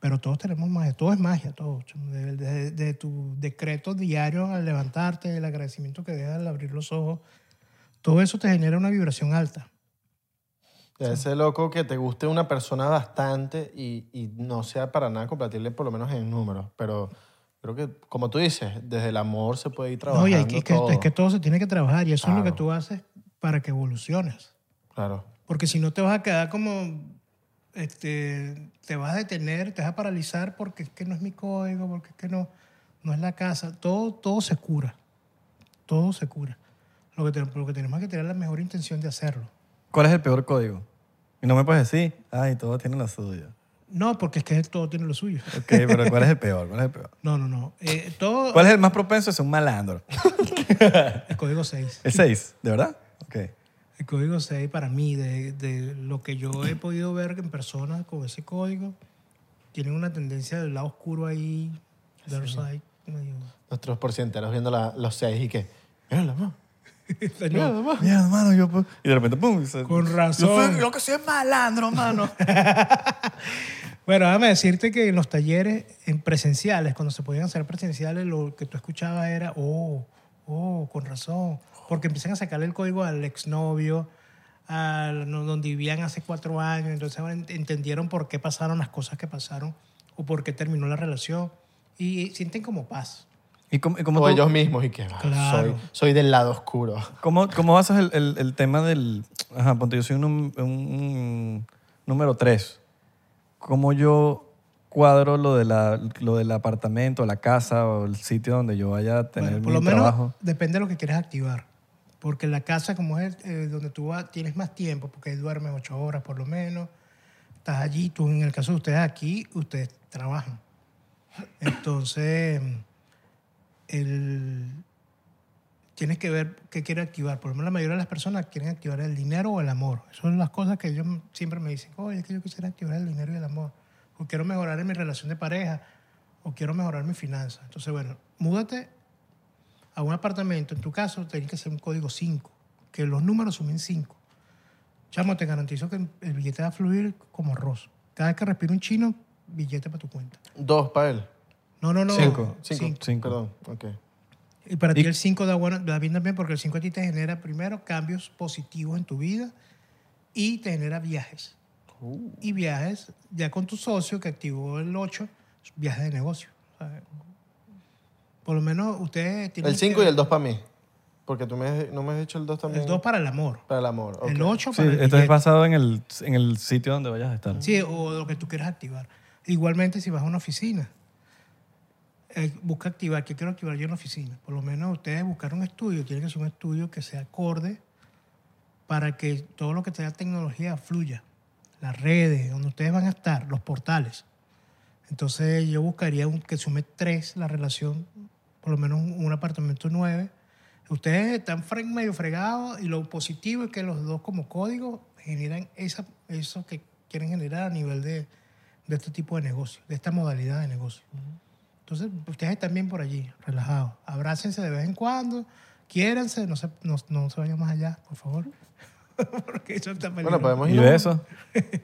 Speaker 1: Pero todos tenemos magia, todo es magia, todo. chamo. De, de- de tu decreto diario al levantarte, el agradecimiento que dejas al abrir los ojos, todo eso te genera una vibración alta.
Speaker 3: Debe ser loco que te guste una persona bastante y, y no sea para nada compatible, por lo menos en números. Pero creo que, como tú dices, desde el amor se puede ir trabajando
Speaker 1: No, y hay que- es, que,
Speaker 3: todo.
Speaker 1: es que todo se tiene que trabajar y eso es lo
Speaker 3: Claro.
Speaker 1: que tú haces para que evoluciones.
Speaker 3: Claro.
Speaker 1: Porque si no te vas a quedar como, este, te vas a detener, te vas a paralizar porque es que no es mi código, porque es que no, no es la casa. Todo, todo se cura, todo se cura. Lo que, te- lo que tenemos es que tener la mejor intención de hacerlo.
Speaker 2: ¿Cuál es el peor código? Y no me puedes decir, ay, todo tiene lo suyo.
Speaker 1: No, porque es que todo tiene lo suyo.
Speaker 2: Ok, pero ¿cuál es el peor? ¿Cuál es el peor?
Speaker 1: No, no, no. Eh, todo
Speaker 2: ¿Cuál es el más propenso? Es un malandro.
Speaker 1: el código 6.
Speaker 2: El 6, ¿de verdad? Ok.
Speaker 1: El código 6 para mí, de, de lo que yo he podido ver en personas con ese código, tienen una tendencia del lado oscuro ahí, dark side. medio-
Speaker 3: Nuestros porcienteros viendo la- los seis y que, mira la mamá, mira
Speaker 1: Señor,
Speaker 3: la mamá".
Speaker 2: Mira, hermano, yo... pu- Y de repente, pum. se-
Speaker 1: Con
Speaker 2: Yo,
Speaker 1: razón.
Speaker 2: soy- yo que soy malandro, mano.
Speaker 1: Bueno, déjame decirte que en los talleres en presenciales, cuando se podían hacer presenciales, lo que tú escuchabas era, oh, oh, con razón. Porque empiezan a sacarle el código al exnovio, al no- donde vivían hace cuatro años. Entonces ahora ent- entendieron por qué pasaron las cosas que pasaron o por qué terminó la relación. Y sienten como paz.
Speaker 2: ¿Y cómo, y cómo
Speaker 3: O
Speaker 2: tú-
Speaker 3: ellos mismos y que, "Ah,
Speaker 1: Claro.
Speaker 3: soy, soy del lado oscuro.
Speaker 2: ¿Cómo, cómo basas el, el- el tema del... Ajá, ponte, yo soy un, num- un número 3. ¿Cómo yo cuadro lo, de la, lo del apartamento, la casa o el sitio donde yo vaya a tener
Speaker 1: Bueno, por
Speaker 2: mi
Speaker 1: lo menos
Speaker 2: trabajo?
Speaker 1: depende de lo que quieras activar. Porque la casa, como es eh, donde tú vas, tienes más tiempo, porque ahí duermes ocho horas por lo menos. Estás allí, tú en el caso de ustedes aquí, ustedes trabajan. Entonces, el- tienes que ver qué quiere activar. Por lo menos la mayoría de las personas quieren activar el dinero o el amor. Esas son las cosas que ellos siempre me dicen, oye, es que yo quisiera activar el dinero y el amor. O quiero mejorar en mi relación de pareja, o quiero mejorar mi finanza. Entonces, bueno, múdate a un apartamento, en tu caso, tenés que ser un código 5, que los números sumen 5. Chamo, te garantizo que el billete va a fluir como arroz. Cada vez que respira un chino, billete para tu cuenta.
Speaker 3: Dos para él.
Speaker 1: No, no, no.
Speaker 2: Cinco.
Speaker 3: Cinco.
Speaker 1: Cinco.
Speaker 2: Cinco.
Speaker 3: Perdón, ok.
Speaker 1: Y para ti
Speaker 2: Y-
Speaker 1: el 5 da, bueno, da bien también porque el 5 a ti te genera primero cambios positivos en tu vida y te genera viajes.
Speaker 3: Uh.
Speaker 1: Y viajes, ya con tu socio que activó el 8, viajes de negocio. O sea, Por lo menos ustedes tienen...
Speaker 3: El cinco y el dos para mí. Porque tú me, no me has dicho el dos también.
Speaker 1: El 2 para el amor.
Speaker 3: para el amor. ok.
Speaker 1: El 8
Speaker 2: Sí,
Speaker 1: para el
Speaker 2: esto es
Speaker 1: billete.
Speaker 2: basado en el, en el sitio donde vayas a estar.
Speaker 1: Sí, o lo que tú quieras activar. Igualmente, si vas a una oficina, eh, busca activar. ¿Qué quiero activar yo en la oficina? Por lo menos ustedes buscar un estudio. Tiene que ser un estudio que sea acorde para que todo lo que te da tecnología fluya. Las redes, donde ustedes van a estar, los portales. Entonces, yo buscaría un, que sume tres la relación, por lo menos un, un apartamento nueve. Ustedes están fre- medio fregados y lo positivo es que los dos como código generan esa, eso que quieren generar a nivel de, de este tipo de negocio, de esta modalidad de negocio. Entonces, ustedes están bien por allí, relajados. Abrácense de vez en cuando, quiéranse, no se, no, no se vayan más allá, por favor. Porque eso está
Speaker 3: Bueno,
Speaker 1: peligroso.
Speaker 3: podemos
Speaker 2: ¿Y
Speaker 3: ir.
Speaker 2: besos?
Speaker 3: En el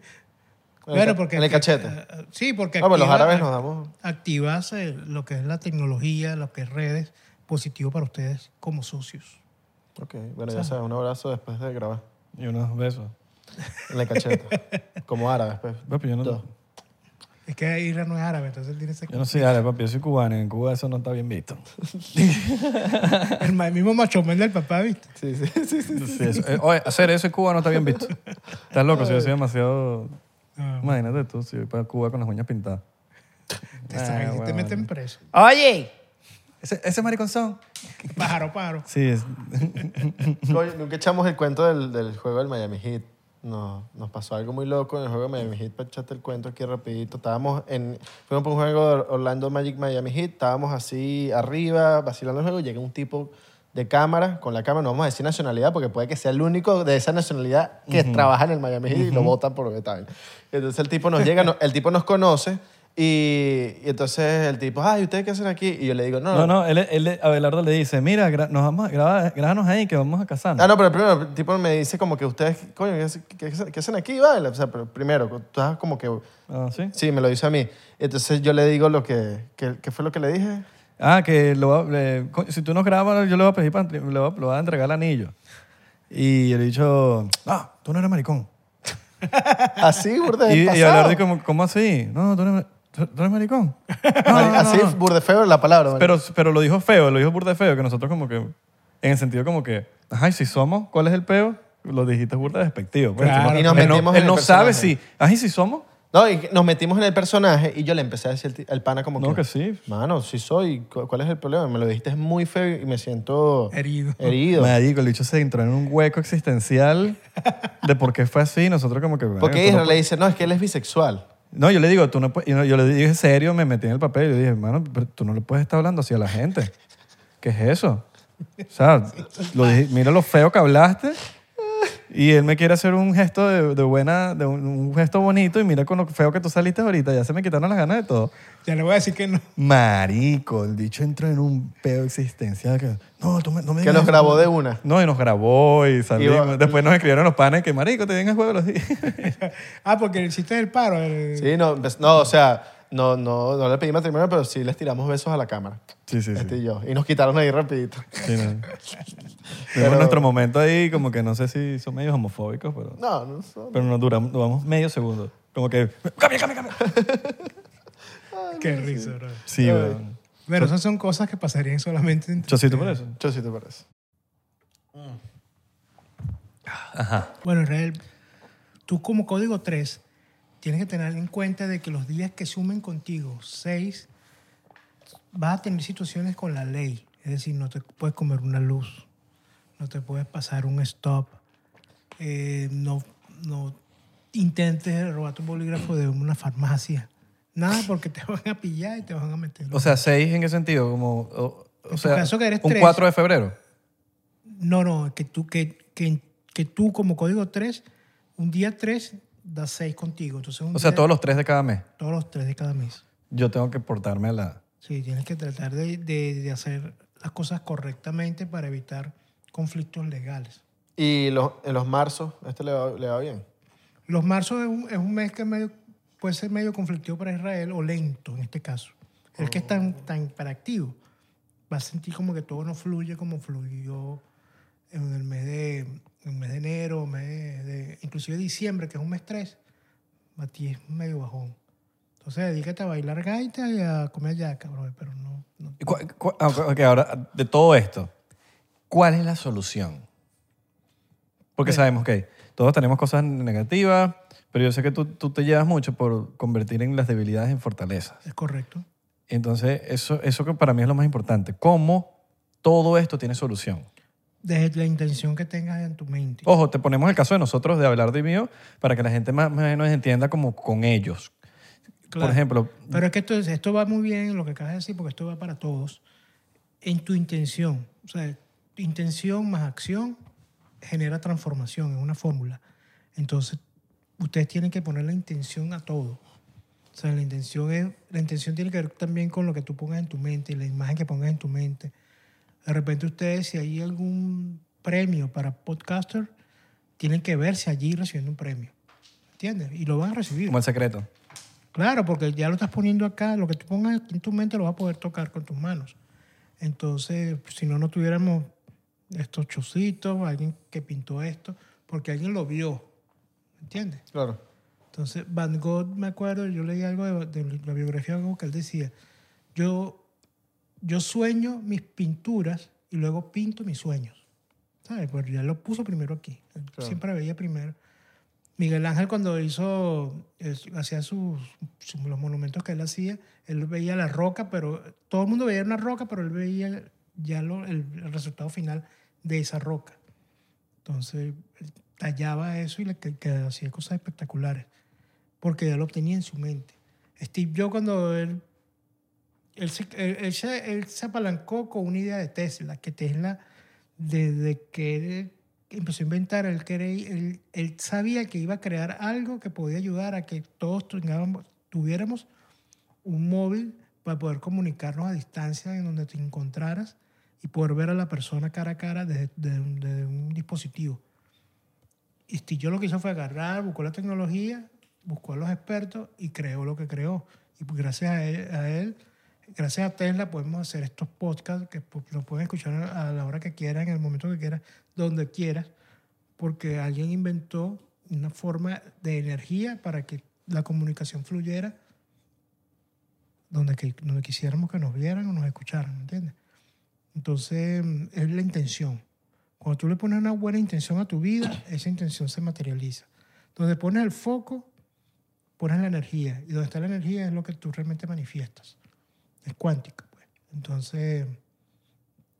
Speaker 1: Bueno,
Speaker 3: ca-
Speaker 1: porque...
Speaker 3: En el
Speaker 1: que-
Speaker 3: cachete.
Speaker 1: eh, eh, sí, porque...
Speaker 3: Ah, pues los
Speaker 1: activa-
Speaker 3: árabes nos damos.
Speaker 1: activas eh, lo que es la tecnología, lo que es redes, positivo para ustedes como socios.
Speaker 3: Ok, bueno, ya sabes, un abrazo después de grabar.
Speaker 2: Y unos besos.
Speaker 3: En la cacheta. Como árabes, pues.
Speaker 2: Papi, yo no,
Speaker 3: Dos.
Speaker 2: yo
Speaker 1: Es que Isra no es árabe, entonces tiene ese...
Speaker 2: no soy árabe, papi, yo soy cubano. y En Cuba eso no está bien visto.
Speaker 1: El ma- mismo machomel del papá, ¿viste?
Speaker 3: Sí, sí, sí. sí.
Speaker 2: Sí, eso- eh, oye, hacer eso en Cuba no está bien visto. Estás loco, si yo soy demasiado... Imagínate tú, si voy para Cuba con las uñas pintadas.
Speaker 1: te,
Speaker 2: Ah,
Speaker 1: saben, te
Speaker 2: huevón.
Speaker 1: meten preso.
Speaker 2: Oye. Ese, ese maricón son.
Speaker 1: Pájaro, pájaro.
Speaker 2: Sí, es-
Speaker 3: Oye, nunca echamos el cuento del, del juego del Miami Heat. No, nos pasó algo muy loco en el juego de Miami Heat. Para echarte el cuento aquí rapidito. Estábamos en... Fuimos por un juego de Orlando Magic Miami Heat. Estábamos así arriba, vacilando el juego. Llega un tipo de cámara, con la cámara, no vamos a decir nacionalidad, porque puede que sea el único de esa nacionalidad que trabaja en el Miami Heat y lo votan por tal. Entonces el tipo nos llega, no- el tipo nos conoce y, y entonces el tipo, ay, ¿ustedes qué hacen aquí? Y yo le digo, no,
Speaker 2: No, no, él, él- Abelardo le dice, mira, gra- nos vamos a grabar, grábanos ahí que vamos a casarnos.
Speaker 3: Ah, no, pero primero el tipo me dice como que ustedes, coño, ¿qué, hace- qué hace- qué hacen aquí? Vale, o sea, pero primero, tú estás como que...
Speaker 2: Ah, ¿sí?
Speaker 3: Sí, me lo dice a mí. Entonces yo le digo lo que... que- ¿Qué fue lo que le dije?
Speaker 2: Ah, que lo va- le- co- si tú nos grabas, yo le voy a pedir para, le voy a, le voy a entregar el anillo. Y el dicho, ah, tú no eres maricón.
Speaker 3: Así, burda
Speaker 2: Y,
Speaker 3: del
Speaker 2: y
Speaker 3: pasado.
Speaker 2: Abelardo, como, ¿cómo así? No, tú no eres, tú- tú eres maricón. No, no,
Speaker 3: Mari-
Speaker 2: no,
Speaker 3: Así,
Speaker 2: no.
Speaker 3: burde feo la palabra. marico.
Speaker 2: Pero, pero lo dijo feo, lo dijo burda de feo, que nosotros como que, en el sentido como que, ajá, y si somos, ¿cuál es el peo? Lo dijiste burda despectivo. pues.
Speaker 1: Claro,
Speaker 3: Y nos
Speaker 2: él no,
Speaker 3: metimos
Speaker 2: él
Speaker 3: en el
Speaker 2: no sabe
Speaker 3: personaje.
Speaker 2: si, ajá, y si somos.
Speaker 3: No, y nos metimos en el personaje y yo le empecé a decir al ti- al pana como
Speaker 2: No, que sí.
Speaker 3: Mano, sí soy. ¿Cu- ¿Cuál es el problema? Me lo dijiste muy feo y me siento...
Speaker 1: Herido.
Speaker 3: Herido.
Speaker 2: Marico, el bicho se entró en un hueco existencial de por qué fue así. Nosotros como que... "Verga,
Speaker 3: Porque
Speaker 2: tú no
Speaker 3: Israel le dice, no, es que él es bisexual.
Speaker 2: No, yo le digo, tú no puedes. y no, Yo le dije, en serio, me metí en el papel y le dije, hermano, pero tú no le puedes estar hablando así a la gente. ¿Qué es eso? O sea, lo dije, mira lo feo que hablaste. Y él me quiere hacer un gesto de, de buena, de un, un gesto bonito y mira con lo feo que tú saliste ahorita, ya se me quitaron las ganas de todo.
Speaker 1: Ya le voy a decir que no.
Speaker 2: Marico, el bicho entró en un peo existencial que no, tú me, no me
Speaker 3: Que
Speaker 2: digas
Speaker 3: nos
Speaker 2: eso".
Speaker 3: grabó de una.
Speaker 2: No, y nos grabó y salimos.
Speaker 3: va-
Speaker 2: Después nos escribieron los panes que, marico, te vengas juego los días.
Speaker 1: Ah, porque hiciste el paro. el-
Speaker 3: Sí, no, empe- no o sea, no, no, no le pedí matrimonio, pero sí les tiramos besos a la cámara.
Speaker 2: Sí, sí, sí.
Speaker 3: Este y yo. Y nos quitaron ahí rapidito.
Speaker 2: Sí, no. Tuvimos
Speaker 3: Pero-
Speaker 2: nuestro momento ahí, como que no sé si son medios homofóbicos, pero,
Speaker 3: No, no, no.
Speaker 2: pero nos duramos, duramos medio segundo. Como que, cambia, cambia, cambia.
Speaker 1: Qué risa, bro.
Speaker 2: Sí,
Speaker 3: Ay.
Speaker 2: weón.
Speaker 1: Bueno, esas son cosas que pasarían solamente entre
Speaker 2: Chocito por eso.
Speaker 3: Yo sí te parece.
Speaker 1: Bueno, Israel, tú como código 3 tienes que tener en cuenta de que los días que sumen contigo, 6, vas a tener situaciones con la ley. Es decir, no te puedes comer una luz, no te puedes pasar un stop, eh, no, no intentes robar tu bolígrafo de una farmacia. Nada, porque te van a pillar y te van a meter.
Speaker 2: O sea, seis en qué sentido, como, o, o
Speaker 1: En tu
Speaker 2: sea,
Speaker 1: caso que eres
Speaker 2: un
Speaker 1: tres.
Speaker 2: 4 de febrero.
Speaker 1: No, no, que tú, que, que, que tú como código 3, un día 3 da 6 contigo. Entonces, un
Speaker 2: O sea,
Speaker 1: día-
Speaker 2: todos los tres de cada mes.
Speaker 1: todos los 3 de cada mes.
Speaker 2: Yo tengo que portarme a la...
Speaker 1: Sí, tienes que tratar de, de- de hacer las cosas correctamente para evitar conflictos legales.
Speaker 3: Y los, en los marzos, ¿este le va, le va bien?
Speaker 1: Los marzos es un, es un mes que medio- puede ser medio conflictivo para Israel o lento en este caso. El que es tan, tan para activo va a sentir como que todo no fluye como fluyó en el mes de, en el mes de enero, mes de, de- inclusive diciembre, que es un mes 3, a ti es medio bajón. Entonces dedícate a bailar gaita y a comer ya, cabrón, pero no- no
Speaker 2: ¿Y cua- cua- ah, ok, ahora, de todo esto, ¿cuál es la solución? Porque sabemos que todos tenemos cosas negativas, pero yo sé que tú, tú te llevas mucho por convertir en las debilidades en fortalezas.
Speaker 1: es correcto.
Speaker 2: Entonces, eso, eso que para mí es lo más importante. ¿Cómo todo esto tiene solución?
Speaker 1: Desde la intención que tengas en tu mente.
Speaker 2: Ojo, te ponemos el caso de nosotros, de Abelardo y mío, para que la gente más o menos entienda como con ellos.
Speaker 1: Claro.
Speaker 2: Por ejemplo,
Speaker 1: Pero es que esto, es- esto va muy bien, lo que acabas de decir, porque esto va para todos. En tu intención. O sea, tu intención más acción genera transformación, es una fórmula. Entonces, ustedes tienen que poner la intención a todo. O sea, la intención, es, la intención tiene que ver también con lo que tú pongas en tu mente y la imagen que pongas en tu mente. De repente ustedes, si hay algún premio para podcaster, tienen que verse allí recibiendo un premio. ¿Entiendes? Y lo van a recibir.
Speaker 2: como el secreto.
Speaker 1: Claro, porque ya lo estás poniendo acá, lo que tú pongas aquí en tu mente lo vas a poder tocar con tus manos. Entonces, si no, no tuviéramos estos chocitos, alguien que pintó esto, porque alguien lo vio, ¿entiendes?
Speaker 3: Claro.
Speaker 1: Entonces, Van Gogh, me acuerdo, yo leí algo de, de la biografía de Van Gogh que él decía, yo, yo sueño mis pinturas y luego pinto mis sueños. ¿Sabes? Pues ya lo puso primero aquí. Él
Speaker 3: Claro.
Speaker 1: Siempre veía primero. Miguel Ángel cuando hizo, es- hacía sus, sus- los monumentos que él hacía, él veía la roca, pero todo el mundo veía una roca, pero él veía ya lo- el, el resultado final de esa roca. Entonces, tallaba eso y le que, que hacía cosas espectaculares, porque ya lo tenía en su mente. Steve Jobs cuando él, él, se, él- él se- él se apalancó con una idea de Tesla, que Tesla desde que él empezó a inventar, él, quería- él, él sabía que iba a crear algo que podía ayudar a que todos tengamos- tuviéramos un móvil para poder comunicarnos a distancia en donde te encontraras y poder ver a la persona cara a cara desde, desde un, desde un dispositivo. Y Steve Jobs lo que hizo fue agarrar, buscó la tecnología, buscó a los expertos y creó lo que creó. Y pues gracias a él, a él, gracias a Tesla, podemos hacer estos podcasts que pues, los pueden escuchar a la hora que quieran, en el momento que quieran, donde quieras, porque alguien inventó una forma de energía para que la comunicación fluyera donde, que, donde quisiéramos que nos vieran o nos escucharan, ¿me entiendes? Entonces, mm, es la intención. Cuando tú le pones una buena intención a tu vida, esa intención se materializa. Donde pones el foco, pones la energía. Y donde está la energía es lo que tú realmente manifiestas. Es cuántica. Pues. Entonces,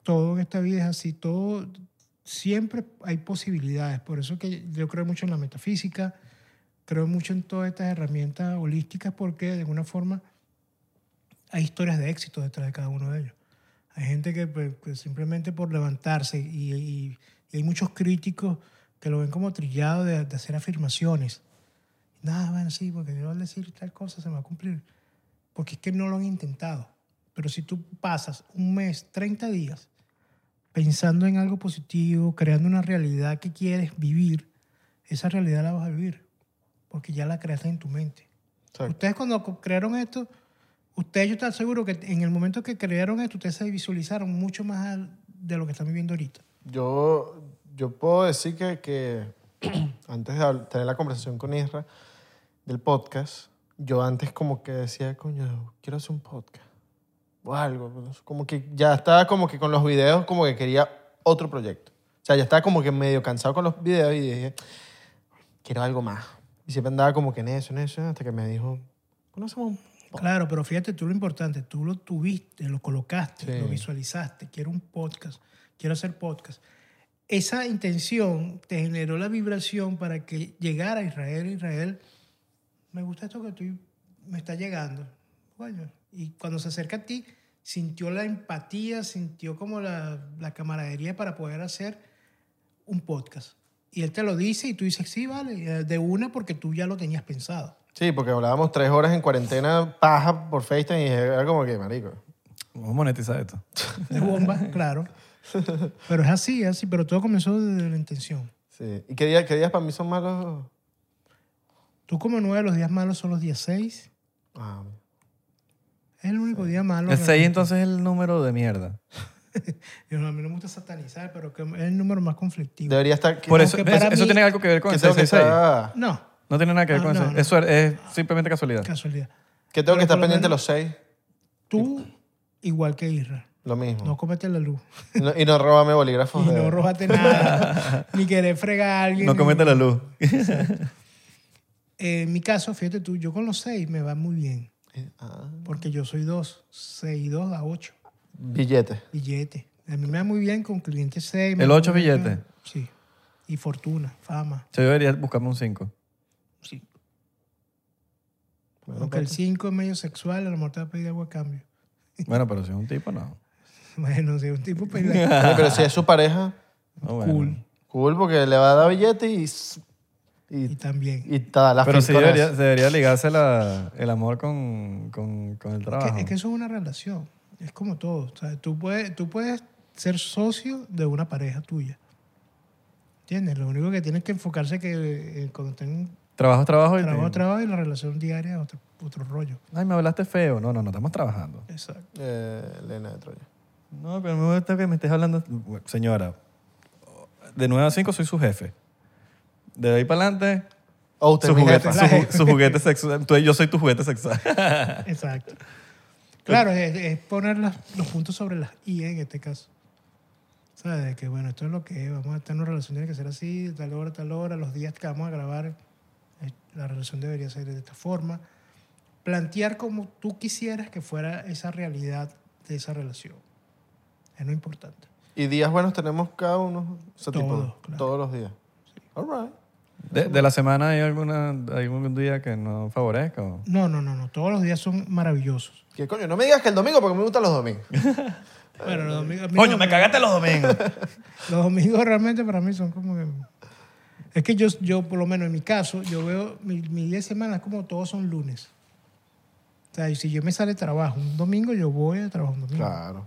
Speaker 1: todo en esta vida es así. Todo, siempre hay posibilidades. Por eso que yo creo mucho en la metafísica. Creo mucho en todas estas herramientas holísticas porque de alguna forma hay historias de éxito detrás de cada uno de ellos. Hay gente que, pues, que simplemente por levantarse y, y- y hay muchos críticos que lo ven como trillado de, de hacer afirmaciones. Nada, bueno, sí, porque yo al decir tal cosa se me va a cumplir. Porque es que no lo han intentado. Pero si tú pasas un mes, 30 días, pensando en algo positivo, creando una realidad que quieres vivir, esa realidad la vas a vivir. Porque ya la creaste en tu mente.
Speaker 3: Exacto.
Speaker 1: Ustedes cuando co- crearon esto, ustedes yo estoy seguro que en el momento que crearon esto, ustedes se visualizaron mucho más al- de lo que están viviendo ahorita.
Speaker 3: Yo, yo puedo decir que, que antes de habl- tener la conversación con Isra del podcast, yo antes como que decía, coño, quiero hacer un podcast o algo. Como que ya estaba como que con los videos como que quería otro proyecto. O sea, ya estaba como que medio cansado con los videos y dije, quiero algo más. Y siempre andaba como que en eso, en eso, hasta que me dijo, ¿conocemos un
Speaker 1: Claro, pero fíjate tú lo importante, tú lo tuviste, lo colocaste,
Speaker 3: Sí.
Speaker 1: lo visualizaste, quiero un podcast, quiero hacer podcast. Esa intención te generó la vibración para que llegara a Israel, Israel, me gusta esto que estoy, me está llegando. Bueno, y cuando se acerca a ti, sintió la empatía, sintió como la, la camaradería para poder hacer un podcast. Y él te lo dice y tú dices, sí, vale, eh, de una porque tú ya lo tenías pensado.
Speaker 3: Sí, porque hablábamos tres horas en cuarentena, paja por FaceTime y era como que, marico.
Speaker 2: Vamos a monetizar esto.
Speaker 1: De bomba, claro. Pero es así, es así. Pero todo comenzó desde la intención.
Speaker 3: Sí. ¿Y qué, día- qué días para mí son malos?
Speaker 1: Tú como nueve, los días malos son los días seis.
Speaker 3: Ah,
Speaker 1: Es el único día malo.
Speaker 2: El
Speaker 1: que-
Speaker 2: 6 entonces es el número de mierda.
Speaker 1: Yo, a mí no me gusta satanizar, pero que es el número más conflictivo.
Speaker 3: debería estar. que-
Speaker 2: Por eso,
Speaker 1: aunque
Speaker 2: ¿ves?
Speaker 1: para
Speaker 2: eso
Speaker 1: mí-
Speaker 2: tiene algo que ver con
Speaker 3: que
Speaker 2: el
Speaker 3: tengo que
Speaker 2: 666.
Speaker 3: estar, ah,
Speaker 1: No,
Speaker 2: No tiene nada que ver
Speaker 1: Ah,
Speaker 2: con
Speaker 1: no,
Speaker 2: eso.
Speaker 1: no.
Speaker 2: Eso es simplemente casualidad.
Speaker 1: casualidad.
Speaker 3: que tengo
Speaker 1: Pero
Speaker 3: que estar
Speaker 1: por lo
Speaker 3: pendiente
Speaker 1: menos-
Speaker 3: los seis.
Speaker 1: Tú, igual que Isra,
Speaker 3: Lo mismo.
Speaker 1: no comete la luz.
Speaker 3: No- y no robarme bolígrafos.
Speaker 1: Y
Speaker 3: de- ah,
Speaker 1: no róbate nada, ni querer fregar a alguien.
Speaker 2: No
Speaker 1: ni-
Speaker 2: comete la luz.
Speaker 1: Eh, en mi caso, fíjate tú, yo con los seis me va muy bien.
Speaker 3: Ah,
Speaker 1: Porque yo soy dos. Seis, dos a ocho.
Speaker 3: billetes.
Speaker 1: Billete. A mí me va muy bien con cliente 6.
Speaker 2: ¿El ocho billete?
Speaker 1: Sí. Y fortuna, fama.
Speaker 2: Yo debería buscarme un 5.
Speaker 1: Sí.
Speaker 2: Ah,
Speaker 3: Bueno,
Speaker 1: Aunque el 5 es medio sexual, a lo mejor te va a pedir algo a cambio.
Speaker 2: Bueno, pero si es un tipo, no.
Speaker 1: Bueno, si un tipo pide
Speaker 3: Oye, pero si es su pareja,
Speaker 2: No, bueno.
Speaker 1: cool.
Speaker 3: cool, porque le va a dar billetes y. s-
Speaker 1: Y
Speaker 3: Y,
Speaker 1: también.
Speaker 3: y ta- la
Speaker 2: Pero
Speaker 3: fin
Speaker 2: sí
Speaker 3: con
Speaker 2: debería,
Speaker 3: eso.
Speaker 2: debería ligarse la- el amor con, con- con el
Speaker 1: Que-
Speaker 2: trabajo.
Speaker 1: es que eso es una relación. Es como todo. O sea, tú, puedes, tú puedes ser socio de una pareja tuya. ¿Entiendes? Lo único que tienes que enfocarse que eh, cuando estén
Speaker 2: Trabajo es trabajo y...
Speaker 1: trabajo, trabajo y la relación diaria es otro, otro rollo.
Speaker 2: Ay, me hablaste feo. No, no, no, estamos trabajando.
Speaker 1: Exacto.
Speaker 3: Eh, Elena de Troya.
Speaker 2: No, pero me gusta que me estés hablando... Bueno, Señora, de 9 a 5 soy su jefe. De ahí para adelante,
Speaker 3: O Oh, usted
Speaker 2: su
Speaker 3: es mi
Speaker 2: juguete,
Speaker 3: jefa.
Speaker 2: su, ju- su juguete sexual. Tú- Yo soy tu juguete sexual.
Speaker 1: Exacto. Claro, es, es poner las- los puntos sobre las I en este caso. ¿Sabes? De Que bueno, esto es lo que es, vamos a estar en una relación, tiene que ser así, de tal hora, a tal hora, los días que vamos a grabar, eh, la relación debería ser de esta forma. Plantear como tú quisieras que fuera esa realidad de esa relación. Es lo importante.
Speaker 3: Y días buenos tenemos cada uno. O sea, tipo,
Speaker 1: Todos, claro.
Speaker 3: Todos los días. All right.
Speaker 2: De, de la semana hay alguna, algún día que no favorezca. o?
Speaker 1: No, no, no, no. Todos los días son maravillosos.
Speaker 3: ¿Qué coño? No me digas que el domingo porque me gustan los domingos.
Speaker 1: Bueno, los domingos.
Speaker 2: Coño, me cagaste los domingos.
Speaker 1: Los domingos realmente para mí son como que... Es que yo, yo por lo menos en mi caso, yo veo mi, mi 10 semanas como todos son lunes. O sea, y si yo me sale trabajo un domingo, yo voy a trabajar un domingo.
Speaker 3: claro.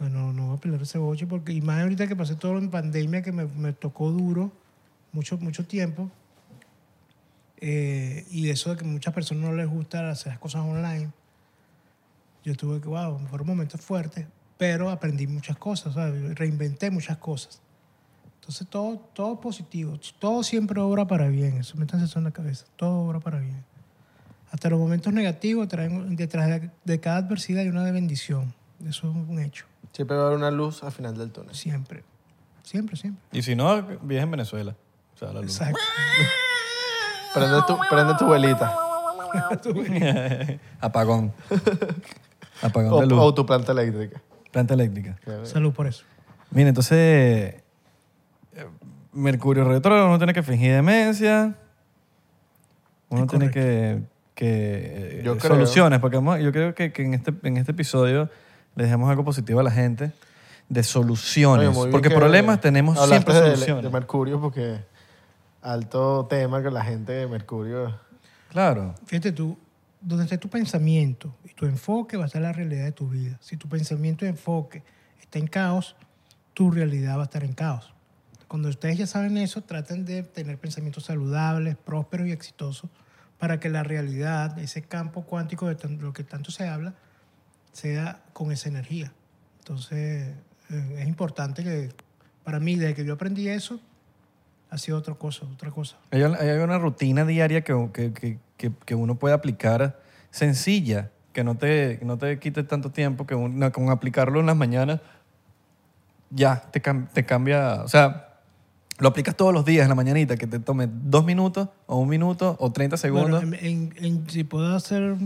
Speaker 1: Bueno, Pues no voy a perder ese boche porque, y más ahorita que pasé todo en pandemia, que me, me tocó duro, mucho, mucho tiempo. Eh, y eso de que muchas personas no les gusta hacer las cosas online. Yo tuve que, wow, fueron momentos fuertes, pero aprendí muchas cosas, ¿sabes? reinventé muchas cosas. Entonces todo, todo positivo, todo siempre obra para bien, eso me está en la cabeza, todo obra para bien. Hasta los momentos negativos, traen, detrás de, de cada adversidad hay una de bendición, eso es un hecho.
Speaker 3: Siempre va a haber una luz al final del túnel.
Speaker 1: Siempre. Siempre, siempre.
Speaker 2: Y si no, vives en Venezuela. O sea, la luz.
Speaker 1: Exacto.
Speaker 3: Prende tu, prende tu velita.
Speaker 2: Apagón. Apagón
Speaker 3: O,
Speaker 2: de luz.
Speaker 3: o tu planta eléctrica.
Speaker 2: Planta eléctrica.
Speaker 1: Salud por eso.
Speaker 2: Mira, entonces. eh, Mercurio retrógrado, uno tiene que fingir demencia. Uno
Speaker 1: Es
Speaker 2: tiene que. que eh,
Speaker 3: Yo creo.
Speaker 2: soluciones, porque vamos- yo creo que, que en, este, en este episodio le dejamos algo positivo a la gente de soluciones.
Speaker 3: Oye, muy bien
Speaker 2: porque
Speaker 3: que
Speaker 2: problemas tenemos
Speaker 3: hablaste
Speaker 2: siempre
Speaker 3: de-
Speaker 2: soluciones.
Speaker 3: De, Mercurio porque alto tema con la gente de Mercurio.
Speaker 2: claro.
Speaker 1: Fíjate tú, donde esté tu pensamiento y tu enfoque va a estar la realidad de tu vida. Si tu pensamiento y enfoque está en caos, tu realidad va a estar en caos. Cuando ustedes ya saben eso, traten de tener pensamientos saludables, prósperos y exitosos para que la realidad, ese campo cuántico de tan- lo que tanto se habla, sea con esa energía. Entonces, eh, es importante que, para mí, desde que yo aprendí eso, ha sido otra cosa, otra cosa.
Speaker 2: Hay, al- hay una rutina diaria que, que- que- que- que uno puede aplicar sencilla, que no te, no te quite tanto tiempo, que un- con aplicarlo en las mañanas ya te, cam- te cambia. O sea, lo aplicas todos los días en la mañanita, que te tome dos minutos o un minuto o 30 segundos.
Speaker 1: Bueno, en- en- en- si puedo hacer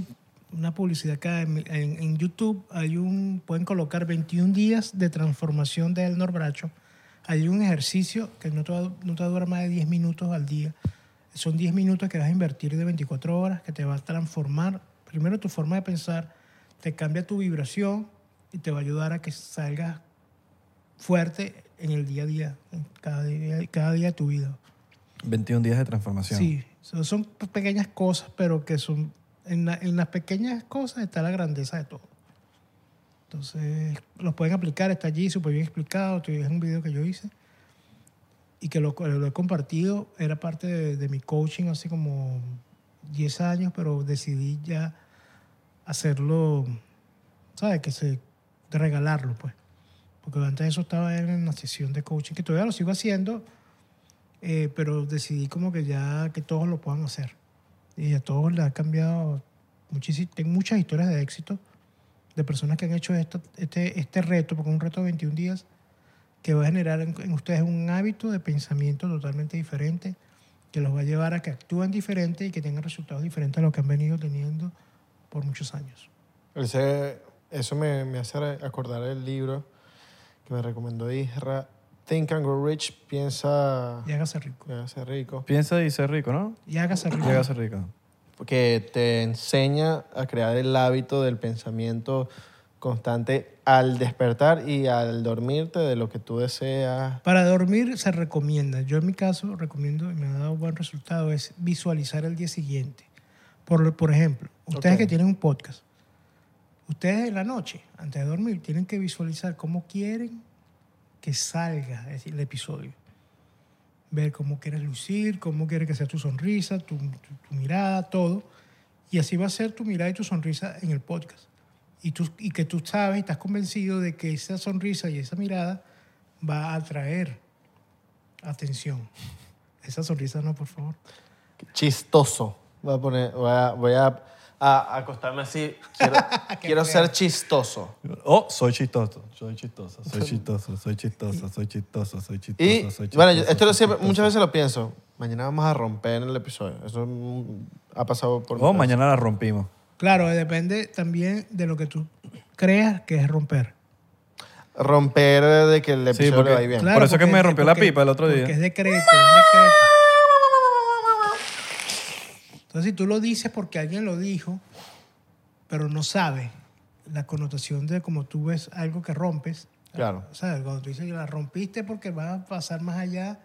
Speaker 1: una publicidad acá, en, en- en YouTube hay un, pueden colocar 21 días de transformación de Elnor Bracho. Hay un ejercicio que no te, va- no te va a durar más de 10 minutos al día. Son 10 minutos que vas a invertir de 24 horas, que te va a transformar primero tu forma de pensar, te cambia tu vibración y te va a ayudar a que salgas fuerte en el día a día, en cada día, cada día de tu vida.
Speaker 2: 21 días de transformación.
Speaker 1: Sí, son, son pe- pequeñas cosas, pero que son. En, la- en las pequeñas cosas está la grandeza de todo. Entonces, los pueden aplicar, está allí súper bien explicado. tú- Es un video que yo hice y que lo, lo he compartido. Era parte de, de mi coaching hace como 10 años, pero decidí ya hacerlo, ¿sabes? Que se, de regalarlo, pues. Porque antes de eso estaba en la sesión de coaching, que todavía lo sigo haciendo, eh, pero decidí como que ya que todos lo puedan hacer. Y a todos les ha cambiado muchísimo. Tengo muchas historias de éxito de personas que han hecho esto, este, este reto, porque es un reto de 21 días, que va a generar en, en ustedes un hábito de pensamiento totalmente diferente, que los va a llevar a que actúen diferente y que tengan resultados diferentes a los que han venido teniendo por muchos años.
Speaker 3: Ese- eso me, me hace re- acordar el libro que me recomendó Isra. Think and Grow Rich, piensa
Speaker 1: Y hágase rico.
Speaker 3: que hace rico.
Speaker 2: Piensa y sé rico, ¿no?
Speaker 1: Y hágase rico.
Speaker 2: Llega a ser rico.
Speaker 3: Que te enseña a crear el hábito del pensamiento constante al despertar y al dormirte de lo que tú deseas.
Speaker 1: Para dormir se recomienda, yo en mi caso recomiendo, y me ha dado buen resultado, es visualizar el día siguiente. Por, lo- por ejemplo, ustedes
Speaker 3: Ok.
Speaker 1: que tienen un podcast, ustedes en la noche, antes de dormir, tienen que visualizar cómo quieren que salga es- el episodio. Ver cómo quieres lucir, cómo quieres que sea tu sonrisa, tu, tu- tu mirada, todo. Y así va a ser tu mirada y tu sonrisa en el podcast. Y, tú, y que tú sabes, estás convencido de que esa sonrisa y esa mirada va a atraer atención. Esa sonrisa no, por favor.
Speaker 3: Chistoso. Voy a poner, voy a, voy a, a- acostarme así. Quiero, quiero ser chistoso.
Speaker 2: Oh, soy chistoso, soy chistoso, soy chistoso, soy chistoso, soy chistoso, soy chistoso,
Speaker 3: Y
Speaker 2: soy chistoso.
Speaker 3: bueno, yo- esto lo
Speaker 2: soy
Speaker 3: siempre,
Speaker 2: chistoso.
Speaker 3: muchas veces lo pienso. Mañana vamos a romper el episodio. Eso mm, ha pasado por mi
Speaker 2: Oh,
Speaker 3: cabeza.
Speaker 2: mañana la rompimos.
Speaker 1: Claro, depende también de lo que tú creas que es romper.
Speaker 3: Romper de que el
Speaker 2: Sí,
Speaker 3: episodio
Speaker 2: porque-
Speaker 3: le va bien.
Speaker 2: Por
Speaker 1: Claro,
Speaker 2: eso que
Speaker 1: porque-
Speaker 2: me rompió la
Speaker 1: porque-
Speaker 2: pipa el otro día.
Speaker 1: Porque es decreto, es decreto. Entonces, si tú lo dices porque alguien lo dijo, pero no sabe la connotación de como tú ves algo que rompes.
Speaker 3: Claro.
Speaker 1: O sea, cuando tú dices que la rompiste porque vas a pasar más allá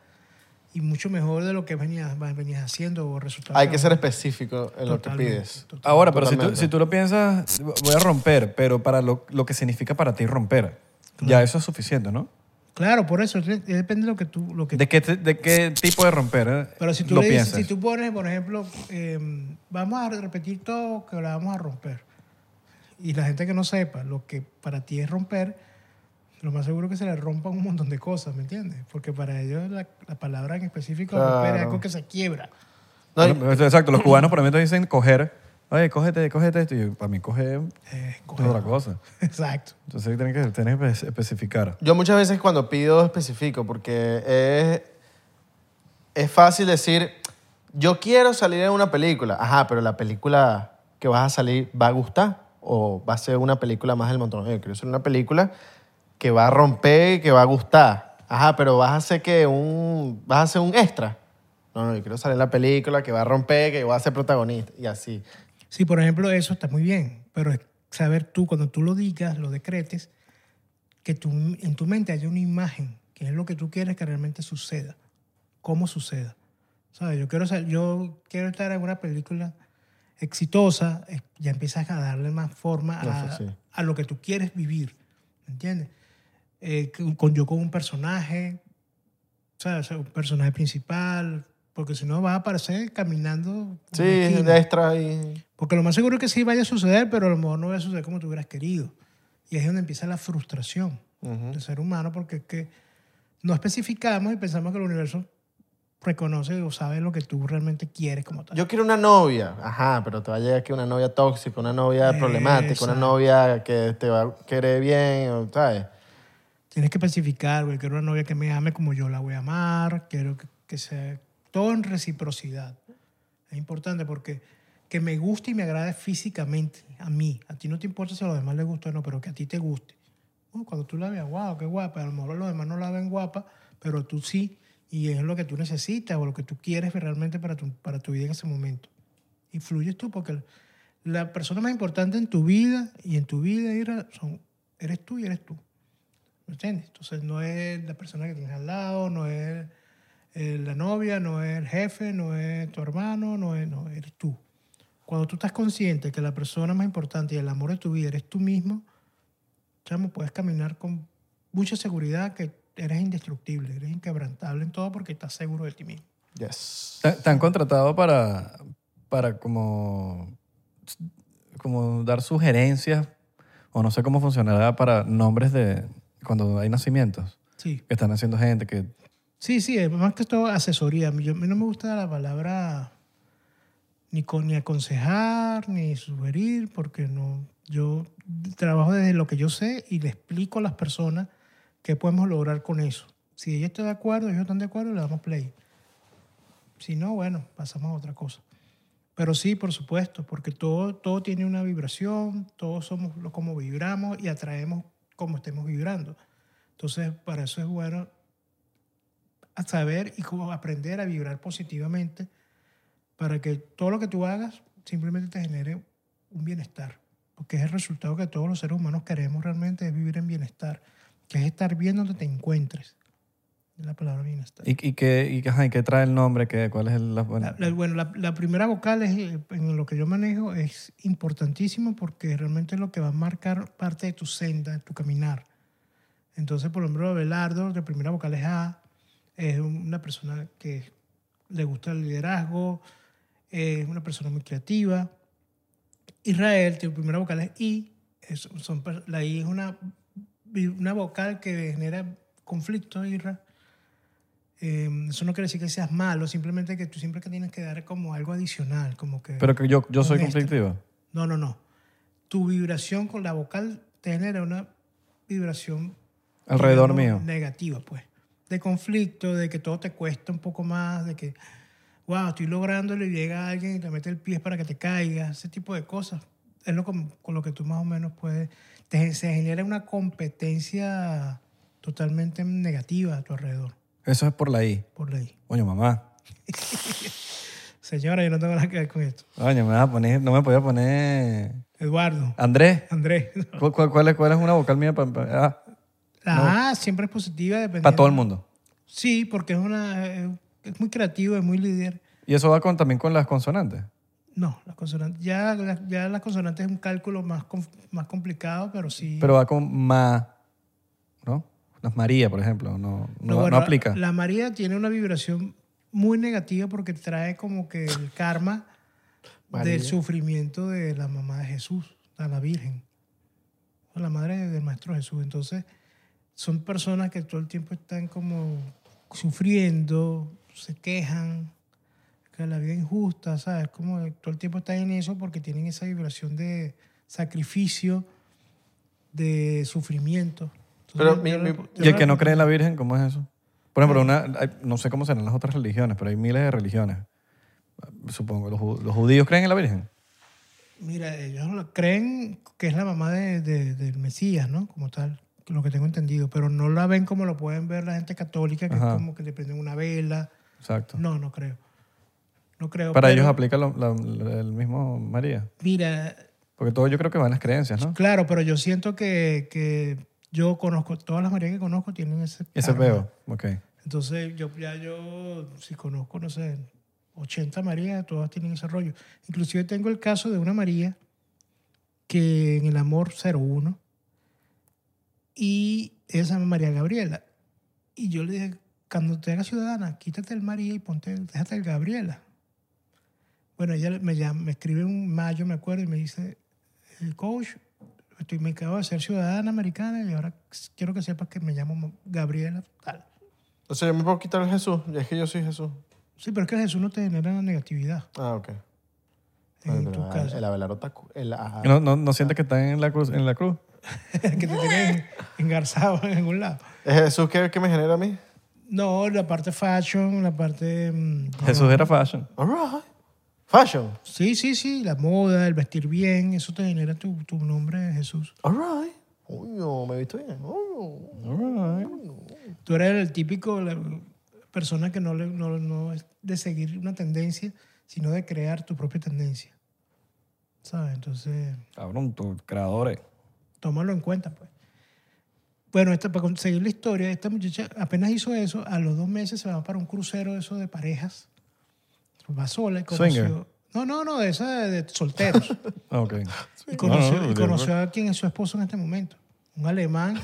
Speaker 1: y mucho mejor de lo que venías, venías haciendo o resultado.
Speaker 3: Hay que ser específico en lo que pides.
Speaker 2: Ahora, pero si tú,
Speaker 3: Totalmente.
Speaker 2: si tú lo piensas, voy a romper, pero para lo, lo que significa para ti romper, ya eso es suficiente, ¿no?
Speaker 1: Claro, por eso tiene- depende de lo que tú lo que
Speaker 2: ¿De qué, te- de qué tipo de romper eh,
Speaker 1: Pero si tú,
Speaker 2: lo
Speaker 1: le dices,
Speaker 2: piensas?
Speaker 1: si tú pones, por ejemplo, em, vamos a repetir todo que la vamos a romper. Y la gente que no sepa lo que para ti es romper, lo más seguro es que se le rompan un montón de cosas, ¿me entiendes? Porque para ellos la, la palabra en específico romper es
Speaker 3: Claro.
Speaker 1: algo que se quiebra.
Speaker 3: No, y-
Speaker 2: Bueno, Exacto, los cubanos por ejemplo dicen coger, oye, cógete, cógete esto, y yo, para mí coger
Speaker 1: Eh,
Speaker 2: es otra cosa.
Speaker 1: Exacto.
Speaker 2: Entonces tienes que, tienes que espe- especificar.
Speaker 3: Yo muchas veces cuando pido especifico, porque es, es fácil decir, yo quiero salir en una película. Ajá, pero la película que vas a salir va a gustar o va a ser una película más del montón. Yo quiero hacer una película que va a romper y que va a gustar. Ajá, pero vas a hacer que un, vas a hacer un extra. No, no, yo quiero salir en la película que va a romper, que va a ser protagonista y así.
Speaker 1: Sí, por ejemplo, eso está muy bien, pero es saber tú, cuando tú lo digas, lo decretes, que tú, en tu mente haya una imagen, que es lo que tú quieres que realmente suceda, cómo suceda. ¿Sabes? Yo quiero, sa- yo quiero estar en una película exitosa, eh, ya empiezas a darle más forma a,
Speaker 3: Eso sí.
Speaker 1: a lo que tú quieres vivir, ¿me ¿entiendes? Eh, con- con, yo con un personaje, ¿sabes? O sea, un personaje principal, porque si no vas a aparecer caminando. en
Speaker 3: Sí,
Speaker 1: una esquina.
Speaker 3: de extra y...
Speaker 1: Porque lo más seguro es que sí vaya a suceder, pero a lo mejor no va a suceder como tú hubieras querido. Y ahí es donde empieza la frustración
Speaker 3: Ujú.
Speaker 1: del ser humano, porque es que no especificamos y pensamos que el universo reconoce o sabe lo que tú realmente quieres como tal.
Speaker 3: Yo quiero una novia. Ajá, pero te va a llegar aquí una novia tóxica, una novia problemática, una
Speaker 1: Exacto.
Speaker 3: novia que te va a querer bien, o- ¿sabes?
Speaker 1: Tienes que especificar, güey, quiero una novia que me ame como yo la voy a amar, quiero que, que sea todo en reciprocidad. Es importante porque que me guste y me agrade físicamente a mí. A ti no te importa si a los demás les gusta o no, pero que a ti te guste. Uh, cuando tú la veas, wow, qué guapa. A lo mejor los demás no la ven guapa, pero tú sí. Y es lo que tú necesitas o lo que tú quieres realmente para tu, para tu vida en ese momento. Influyes tú porque la persona más importante en tu vida y en tu vida Ira, son, eres tú y eres tú. ¿Me entiendes? Entonces no es la persona que tienes al lado, no es eh, la novia, no es el jefe, no es tu hermano, no es, no, eres tú. Cuando tú estás consciente que la persona más importante y el amor de tu vida eres tú mismo, chamo, puedes caminar con mucha seguridad que eres indestructible, eres inquebrantable en todo porque estás seguro de ti mismo.
Speaker 3: Yes.
Speaker 2: ¿Te, te han contratado para, para como, como dar sugerencias o no sé cómo funcionará para nombres de cuando hay nacimientos
Speaker 1: Sí,
Speaker 2: que están haciendo gente que
Speaker 1: sí, sí, es más que todo asesoría. A mí, yo- a mí no me gusta la palabra ni, con, ni aconsejar, ni sugerir, porque no, yo trabajo desde lo que yo sé y le explico a las personas qué podemos lograr con eso. Si ella está de acuerdo, ellos están de acuerdo, le damos play. Si no, bueno, pasamos a otra cosa. Pero sí, por supuesto, porque todo, todo tiene una vibración, todos somos lo- como vibramos y atraemos como estemos vibrando. Entonces, para eso es bueno a saber y cómo aprender a vibrar positivamente para que todo lo que tú hagas simplemente te genere un bienestar. Porque es el resultado que todos los seres humanos queremos realmente, es vivir en bienestar, que es estar bien donde te encuentres. Es la palabra bienestar.
Speaker 2: y, y que y, que, ajá, y que trae el nombre que cuál es el, la-
Speaker 1: La- la- bueno, la, la primera vocal es, eh, en lo que yo manejo es importantísimo porque realmente es lo que va a marcar parte de tu senda, de tu caminar. Entonces, por ejemplo, Abelardo, la primera vocal es A, es una persona que le gusta el liderazgo, es una persona muy creativa. Israel, tu primera vocal es I, es- son per- la I es una, una vocal que genera conflicto, Israel. Eh, eso no quiere decir que seas malo, simplemente que tú siempre que tienes que dar como algo adicional, como que...
Speaker 2: pero que yo yo soy
Speaker 1: Un extra.
Speaker 2: conflictiva
Speaker 1: no, no, no. Tu vibración con la vocal te genera una vibración...
Speaker 2: alrededor mío
Speaker 1: digamos, Negativa, pues. De conflicto, de que todo te cuesta un poco más, de que, wow, estoy lográndolo y llega alguien y te mete el pie para que te caigas, ese tipo de cosas. Es lo con, con lo que tú más o menos puedes... te- se genera una competencia totalmente negativa a tu alrededor,
Speaker 2: eso es por la i
Speaker 1: por ley.
Speaker 2: coño mamá
Speaker 1: Señora, yo no tengo nada que ver con esto.
Speaker 2: Coño, me vas a poner, no me podía poner.
Speaker 1: Eduardo,
Speaker 2: Andrés.
Speaker 1: Andrés.
Speaker 2: ¿Cu- ¿Cuál, cuál es, cuál es una vocal mía para
Speaker 1: Pues La A siempre es positiva dependiendo.
Speaker 2: todo el mundo?
Speaker 1: Sí, porque es una eh, es muy creativo, es muy líder.
Speaker 2: Y eso va con, también con las consonantes.
Speaker 1: No, las consonantes, ya, la- ya las consonantes es un cálculo más, conf- más complicado, pero sí.
Speaker 2: Pero va con ma, ¿no? Las María, por ejemplo, no, no, no
Speaker 1: bueno,
Speaker 2: aplica.
Speaker 1: La María tiene una vibración muy negativa porque trae como que el karma
Speaker 3: María.
Speaker 1: del sufrimiento de la mamá de Jesús, a la Virgen, a la madre del Maestro Jesús. Entonces, son personas que todo el tiempo están como sufriendo, se quejan, que la vida es injusta, ¿sabes? Como todo el tiempo están en eso porque tienen esa vibración de sacrificio, de sufrimiento.
Speaker 3: Pero
Speaker 1: yo
Speaker 3: mi-
Speaker 1: le-
Speaker 3: mi-
Speaker 1: yo
Speaker 2: ¿Y el
Speaker 1: le-
Speaker 2: que no cree en la Virgen, cómo es eso? Por ejemplo, una, hay- no sé cómo serán las otras religiones, pero hay miles de religiones. Supongo, los, ju- los judíos creen en la Virgen.
Speaker 1: Mira, ellos lo- creen que es la mamá de, de- del Mesías, ¿no? Como tal, lo que tengo entendido, pero no la ven como lo pueden ver la gente católica, que
Speaker 2: Ajá.
Speaker 1: es como que le prenden una vela.
Speaker 2: Exacto.
Speaker 1: No, no creo. No creo.
Speaker 2: Para
Speaker 1: pero-
Speaker 2: ellos aplica lo- la- la- el mismo María.
Speaker 1: Mira,
Speaker 2: Porque todo yo creo que van las creencias, ¿no?
Speaker 1: claro, pero yo siento que, que yo conozco, todas las Marías que conozco tienen ese...
Speaker 2: Ese
Speaker 1: karma.
Speaker 2: veo. Ok.
Speaker 1: Entonces, yo, ya yo, si conozco, no sé, 80 Marías, todas tienen ese rollo. Inclusive tengo el caso de una María que en el amor 01 y esa María Gabriela. Y yo le dije, cuando te hagas ciudadana, quítate el María y ponte, el- déjate el Gabriela. Bueno, ella me, llama, me escribe en mayo, me acuerdo, y me dice, eh, coach, estoy, me acabo de ser ciudadana americana y ahora quiero que sepas que me llamo Gabriela, tal.
Speaker 3: O sea, yo me puedo quitar el Jesús. Es que yo soy Jesús.
Speaker 1: Sí, pero es que Jesús no te genera la negatividad
Speaker 3: Ah, ok.
Speaker 1: en
Speaker 3: Pero
Speaker 1: tu
Speaker 3: el-
Speaker 1: caso.
Speaker 3: El Abelardo Tacu- el- ajá.
Speaker 2: ¿No, no, no sientes que están en la cruz? En la cruz?
Speaker 1: que te tienes engarzado en algún lado.
Speaker 3: ¿Es Jesús que, que me genera a mí?
Speaker 1: No, la parte fashion, la parte... mm,
Speaker 2: Jesús era fashion.
Speaker 3: All right. Fashion.
Speaker 1: Sí, sí, sí, la moda, el vestir bien, eso te genera tu, tu nombre, Jesús.
Speaker 3: All right. Coño, me he visto bien. Oh, Coño.
Speaker 2: All right.
Speaker 1: Tú eres el típico la persona que no, le- no, no es de seguir una tendencia, sino de crear tu propia tendencia. ¿Sabes? Entonces...
Speaker 2: Cabrón, tus creadores.
Speaker 1: tómalo en cuenta, pues. Bueno, esta, para conseguir la historia, esta muchacha apenas hizo eso, a los dos meses se va para un crucero de eso de parejas, va sola y conoció...
Speaker 2: Swinger.
Speaker 1: No, no, no, de esa de, de solteros.
Speaker 2: Ah, Ok.
Speaker 1: y conoció,
Speaker 2: No, no,
Speaker 1: y
Speaker 2: no,
Speaker 1: conoció a quien es su esposo en este momento, un alemán,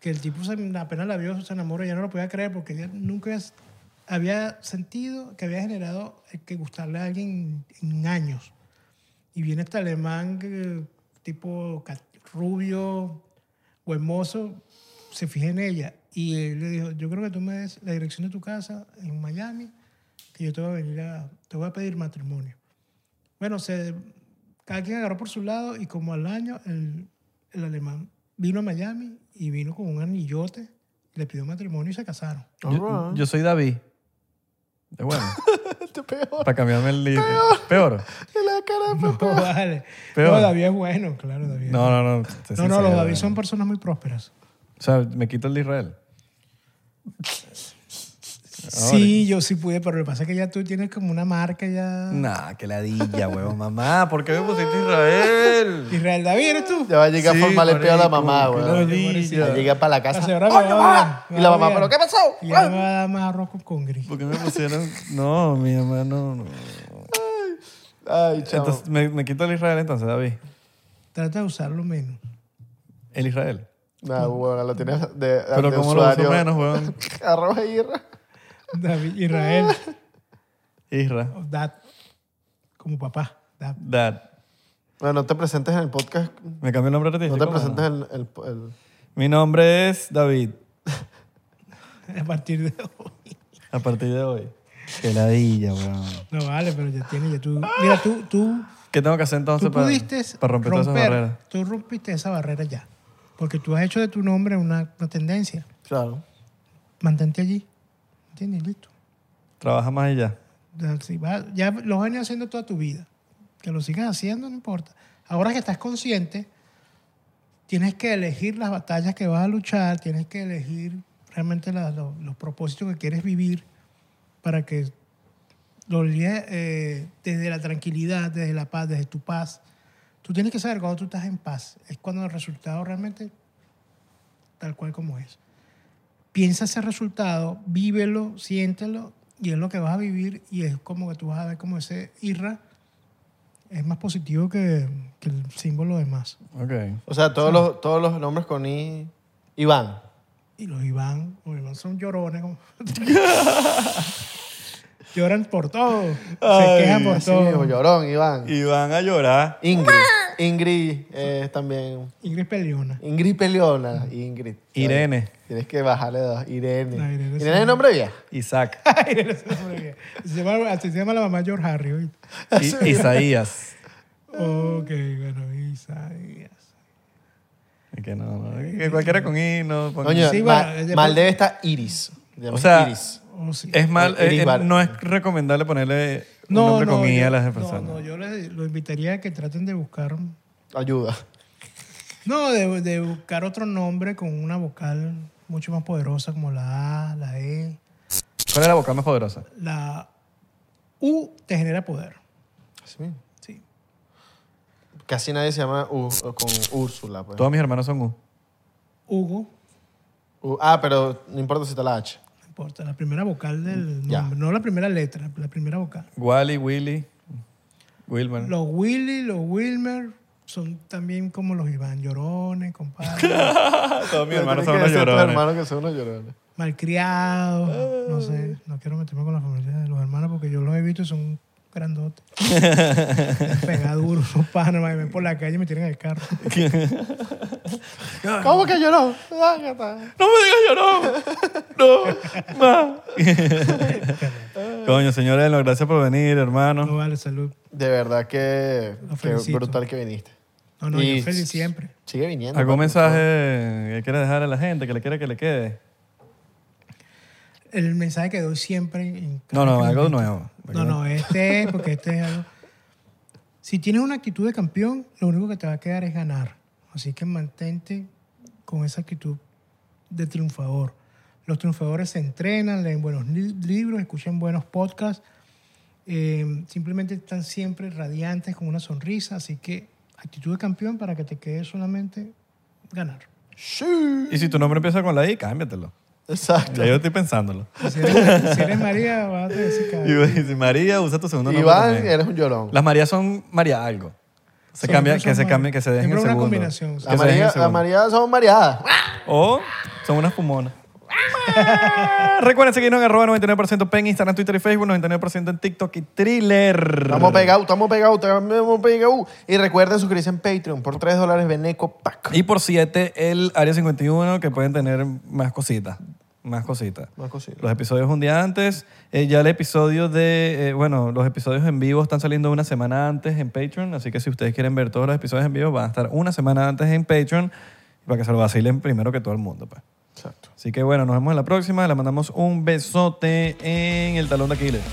Speaker 1: que el tipo se- apenas la vio, se enamoró, ya no lo podía creer porque ella nunca había- había sentido que había generado el que gustarle a alguien en años. Y viene este alemán que- tipo ca- rubio, buen mozo, se fija en ella. Y él le dijo, yo creo que tú me des la dirección de tu casa en Miami, que yo te voy a venir a, te voy a pedir matrimonio. Bueno, se, cada quien agarró por su lado y como al año el, el alemán vino a Miami y vino con un anillote, le pidió matrimonio y se casaron.
Speaker 2: Yo, yo soy David. De bueno.
Speaker 3: Este peor.
Speaker 2: para cambiarme el libro. Peor.
Speaker 3: que la cara pues. de
Speaker 1: No, vale.
Speaker 2: Peor.
Speaker 1: No, David es bueno, claro, David.
Speaker 2: No, no, no. sé
Speaker 1: no,
Speaker 2: sincero,
Speaker 1: no, los David
Speaker 3: eh.
Speaker 2: bueno.
Speaker 1: son personas muy prósperas.
Speaker 2: O sea, me quito el de Israel.
Speaker 1: Sí, yo sí pude, pero lo que pasa es que ya tú tienes como una marca ya.
Speaker 2: Nah, que ladilla, huevón. Mamá, ¿por qué me pusiste Israel?
Speaker 1: Israel David, ¿eres tú?
Speaker 3: Ya va a llegar
Speaker 2: Sí,
Speaker 3: formal el peor a la
Speaker 2: marico,
Speaker 3: mamá,
Speaker 2: qué
Speaker 3: güey.
Speaker 2: ladilla.
Speaker 3: Ya llega para la
Speaker 1: La
Speaker 3: casa.
Speaker 1: señora me
Speaker 3: ¡Coño,
Speaker 1: va a
Speaker 3: mamá!
Speaker 1: odiar,
Speaker 3: Y
Speaker 1: me
Speaker 3: la
Speaker 1: va a
Speaker 3: mamá,
Speaker 1: odiar.
Speaker 3: ¿pero qué pasó? Ah.
Speaker 1: Y ya me va a dar más arroz con congri.
Speaker 2: ¿Por qué me pusieron? No, mi mamá no. no.
Speaker 3: Ay, chavo.
Speaker 2: Entonces, me, me quito el Israel entonces, David.
Speaker 1: Trata de usarlo menos.
Speaker 2: El Israel.
Speaker 3: Nah, güey, Ah, lo tienes de,
Speaker 2: Pero
Speaker 3: de
Speaker 2: como lo
Speaker 3: usuario.
Speaker 2: uso menos, huevón.
Speaker 3: Arroba y
Speaker 1: David, Israel,
Speaker 2: Isra.
Speaker 3: Ah.
Speaker 1: dad, como papá. dad.
Speaker 2: Dad.
Speaker 3: No, no te presentes en el podcast.
Speaker 2: Me cambió el nombre
Speaker 3: No
Speaker 2: artístico.
Speaker 3: te
Speaker 2: ¿cómo
Speaker 3: presentes el, el, el-
Speaker 2: Mi nombre es David.
Speaker 1: A partir de hoy.
Speaker 2: A partir de hoy. Que ladilla, weón.
Speaker 1: No vale, pero ya tienes, ya tú. Mira, tú, tú,
Speaker 2: ¿Qué tengo que hacer entonces
Speaker 1: tú
Speaker 2: para,
Speaker 1: pudiste
Speaker 2: para romper, todas esas barreras?
Speaker 1: Tú rompiste esa barrera ya. Porque tú has hecho de tu nombre una, una tendencia.
Speaker 3: Claro.
Speaker 1: Mantente allí. ¿Entiendes? Listo.
Speaker 2: Trabaja más y ya.
Speaker 1: Ya, si va- ya lo has venido haciendo toda tu vida. Que lo sigas haciendo, no importa. Ahora que estás consciente, tienes que elegir las batallas que vas a luchar, tienes que elegir realmente la- lo- los propósitos que quieres vivir para que lo lees eh, desde la tranquilidad, desde la paz, desde tu paz. Tú tienes que saber cuando tú estás en paz, es cuando el resultado realmente tal cual como es. Piensa ese resultado, vívelo, siéntelo, y es lo que vas a vivir, y es como que tú vas a ver como ese irra es más positivo que, que el símbolo de más.
Speaker 2: Ok.
Speaker 3: O sea, todos, los, todos los nombres con I. Iván.
Speaker 1: Y los Iván, los Iván son llorones. como- Lloran por todo.
Speaker 2: Ay,
Speaker 1: se quejan por
Speaker 3: Así
Speaker 1: todo.
Speaker 3: mismo, llorón, Iván.
Speaker 2: Y van a llorar.
Speaker 3: Ingrid. Ingrid es también.
Speaker 1: Ingrid Peliona.
Speaker 3: Ingrid peleona. Ingrid.
Speaker 2: Irene.
Speaker 3: Tienes que bajarle dos. Irene.
Speaker 1: No, Irene
Speaker 3: Irene,
Speaker 1: es
Speaker 3: es
Speaker 1: una-
Speaker 3: nombre vieja.
Speaker 2: Isaac.
Speaker 1: se llama, así se llama la mamá de George Harry. ¿oíste?
Speaker 2: I- Isaías.
Speaker 1: Ok, bueno, Isaías.
Speaker 2: Es Que no, no, que cualquiera con I no. ponga-
Speaker 3: Coño,
Speaker 1: Sí, bueno,
Speaker 3: ma- mal,
Speaker 1: después-
Speaker 3: debe estar Iris. Se llama
Speaker 2: O sea,
Speaker 3: Iris.
Speaker 1: Oh, sí.
Speaker 2: Es mal,
Speaker 3: Iris
Speaker 2: eh, eh,
Speaker 3: Bar-
Speaker 2: no es recomendable ponerle un nombre con I a
Speaker 1: yo-
Speaker 2: las
Speaker 1: no,
Speaker 2: personas.
Speaker 1: no, yo les, lo invitaría a que traten de buscar.
Speaker 3: Ayuda.
Speaker 1: No, de, de buscar otro nombre con una vocal mucho más poderosa como la A, la E.
Speaker 2: ¿Cuál es la vocal más poderosa?
Speaker 1: La U te genera poder.
Speaker 3: Así mismo.
Speaker 1: Sí.
Speaker 3: Casi nadie se llama U, o con Úrsula. pues.
Speaker 2: Todos mis hermanos son U.
Speaker 1: Hugo,
Speaker 3: U- ah, pero no importa si está la H.
Speaker 1: no importa, la primera vocal del
Speaker 3: Ya.
Speaker 1: nombre, no la primera letra, la primera vocal.
Speaker 2: Wally, Willy, Wilmer.
Speaker 1: Los Willy, los Wilmer son también como los Iván Llorones, compadre,
Speaker 2: Todos mis hermanos son
Speaker 3: Tiene que
Speaker 2: unos
Speaker 3: ser tu
Speaker 2: llorones.
Speaker 3: hermano que son unos llorones.
Speaker 1: malcriados, no sé, no quiero meterme con la familia de los hermanos porque yo los he visto y son grandotes. Pegaduros, son panas, me ven por la calle y me tiran el carro.
Speaker 3: ¿Cómo que lloró?
Speaker 2: No me digas llorón. No, ma. Coño, señor Elno, gracias por venir,
Speaker 1: No
Speaker 2: hermano.
Speaker 1: vale, salud.
Speaker 3: De verdad que,
Speaker 1: Lo
Speaker 3: que
Speaker 1: felicito.
Speaker 3: brutal que viniste.
Speaker 1: No, no,
Speaker 3: Y
Speaker 1: yo feliz siempre.
Speaker 3: Sigue viniendo.
Speaker 2: ¿Algún
Speaker 3: papi,
Speaker 2: mensaje que quiera dejar a la gente, que le quiera que le quede?
Speaker 1: El mensaje que doy siempre. en cada
Speaker 2: No, no,
Speaker 1: que me
Speaker 2: algo
Speaker 1: invitan.
Speaker 2: nuevo.
Speaker 1: No, no, este es porque este es algo. Si tienes una actitud de campeón, lo único que te va a quedar es ganar. Así que mantente con esa actitud de triunfador. Los triunfadores se entrenan, leen buenos li- libros, escuchan buenos podcasts, eh, simplemente están siempre radiantes con una sonrisa. Así que actitud de campeón para que te quede solamente ganar.
Speaker 3: Sí.
Speaker 2: Y si tu nombre empieza con la I, cámbiatelo.
Speaker 3: Exacto.
Speaker 2: Ya yo estoy pensándolo.
Speaker 1: Y Si eres, si eres María, vas a decir
Speaker 2: Y
Speaker 1: que...
Speaker 2: y si María, usa tu segundo nombre.
Speaker 3: Iván,
Speaker 2: también.
Speaker 3: eres un llorón.
Speaker 2: Las Marías son María algo. Se cambia, que se cambie, que se dejen el
Speaker 1: Siempre una
Speaker 2: segundo.
Speaker 1: combinación,
Speaker 2: Que
Speaker 1: sí.
Speaker 2: se
Speaker 3: La
Speaker 2: dejen el
Speaker 3: María,
Speaker 2: segundo.
Speaker 3: la María son mareadas.
Speaker 2: O son unas fumonas. Ah, Recuerden seguirnos en arroba 99% en Instagram, Twitter y Facebook, 99% en TikTok y Thriller.
Speaker 3: Estamos pegados, estamos pegados, estamos pegados. uh. Y recuerden suscribirse en Patreon por 3 dólares Beneco Paco.
Speaker 2: Y por 7, el Área 51, que pueden tener más cositas. Más cositas.
Speaker 3: Más cositas.
Speaker 2: Los episodios un día antes. Eh, ya el episodio de. eh, bueno, los episodios en vivo están saliendo una semana antes en Patreon. Así que si ustedes quieren ver todos los episodios en vivo, van a estar una semana antes en Patreon. Para que se lo vacilen primero que todo el mundo, pues.
Speaker 3: Exacto.
Speaker 2: Así que bueno, nos vemos en la próxima. Le mandamos un besote en el talón de Aquiles.
Speaker 3: Yes.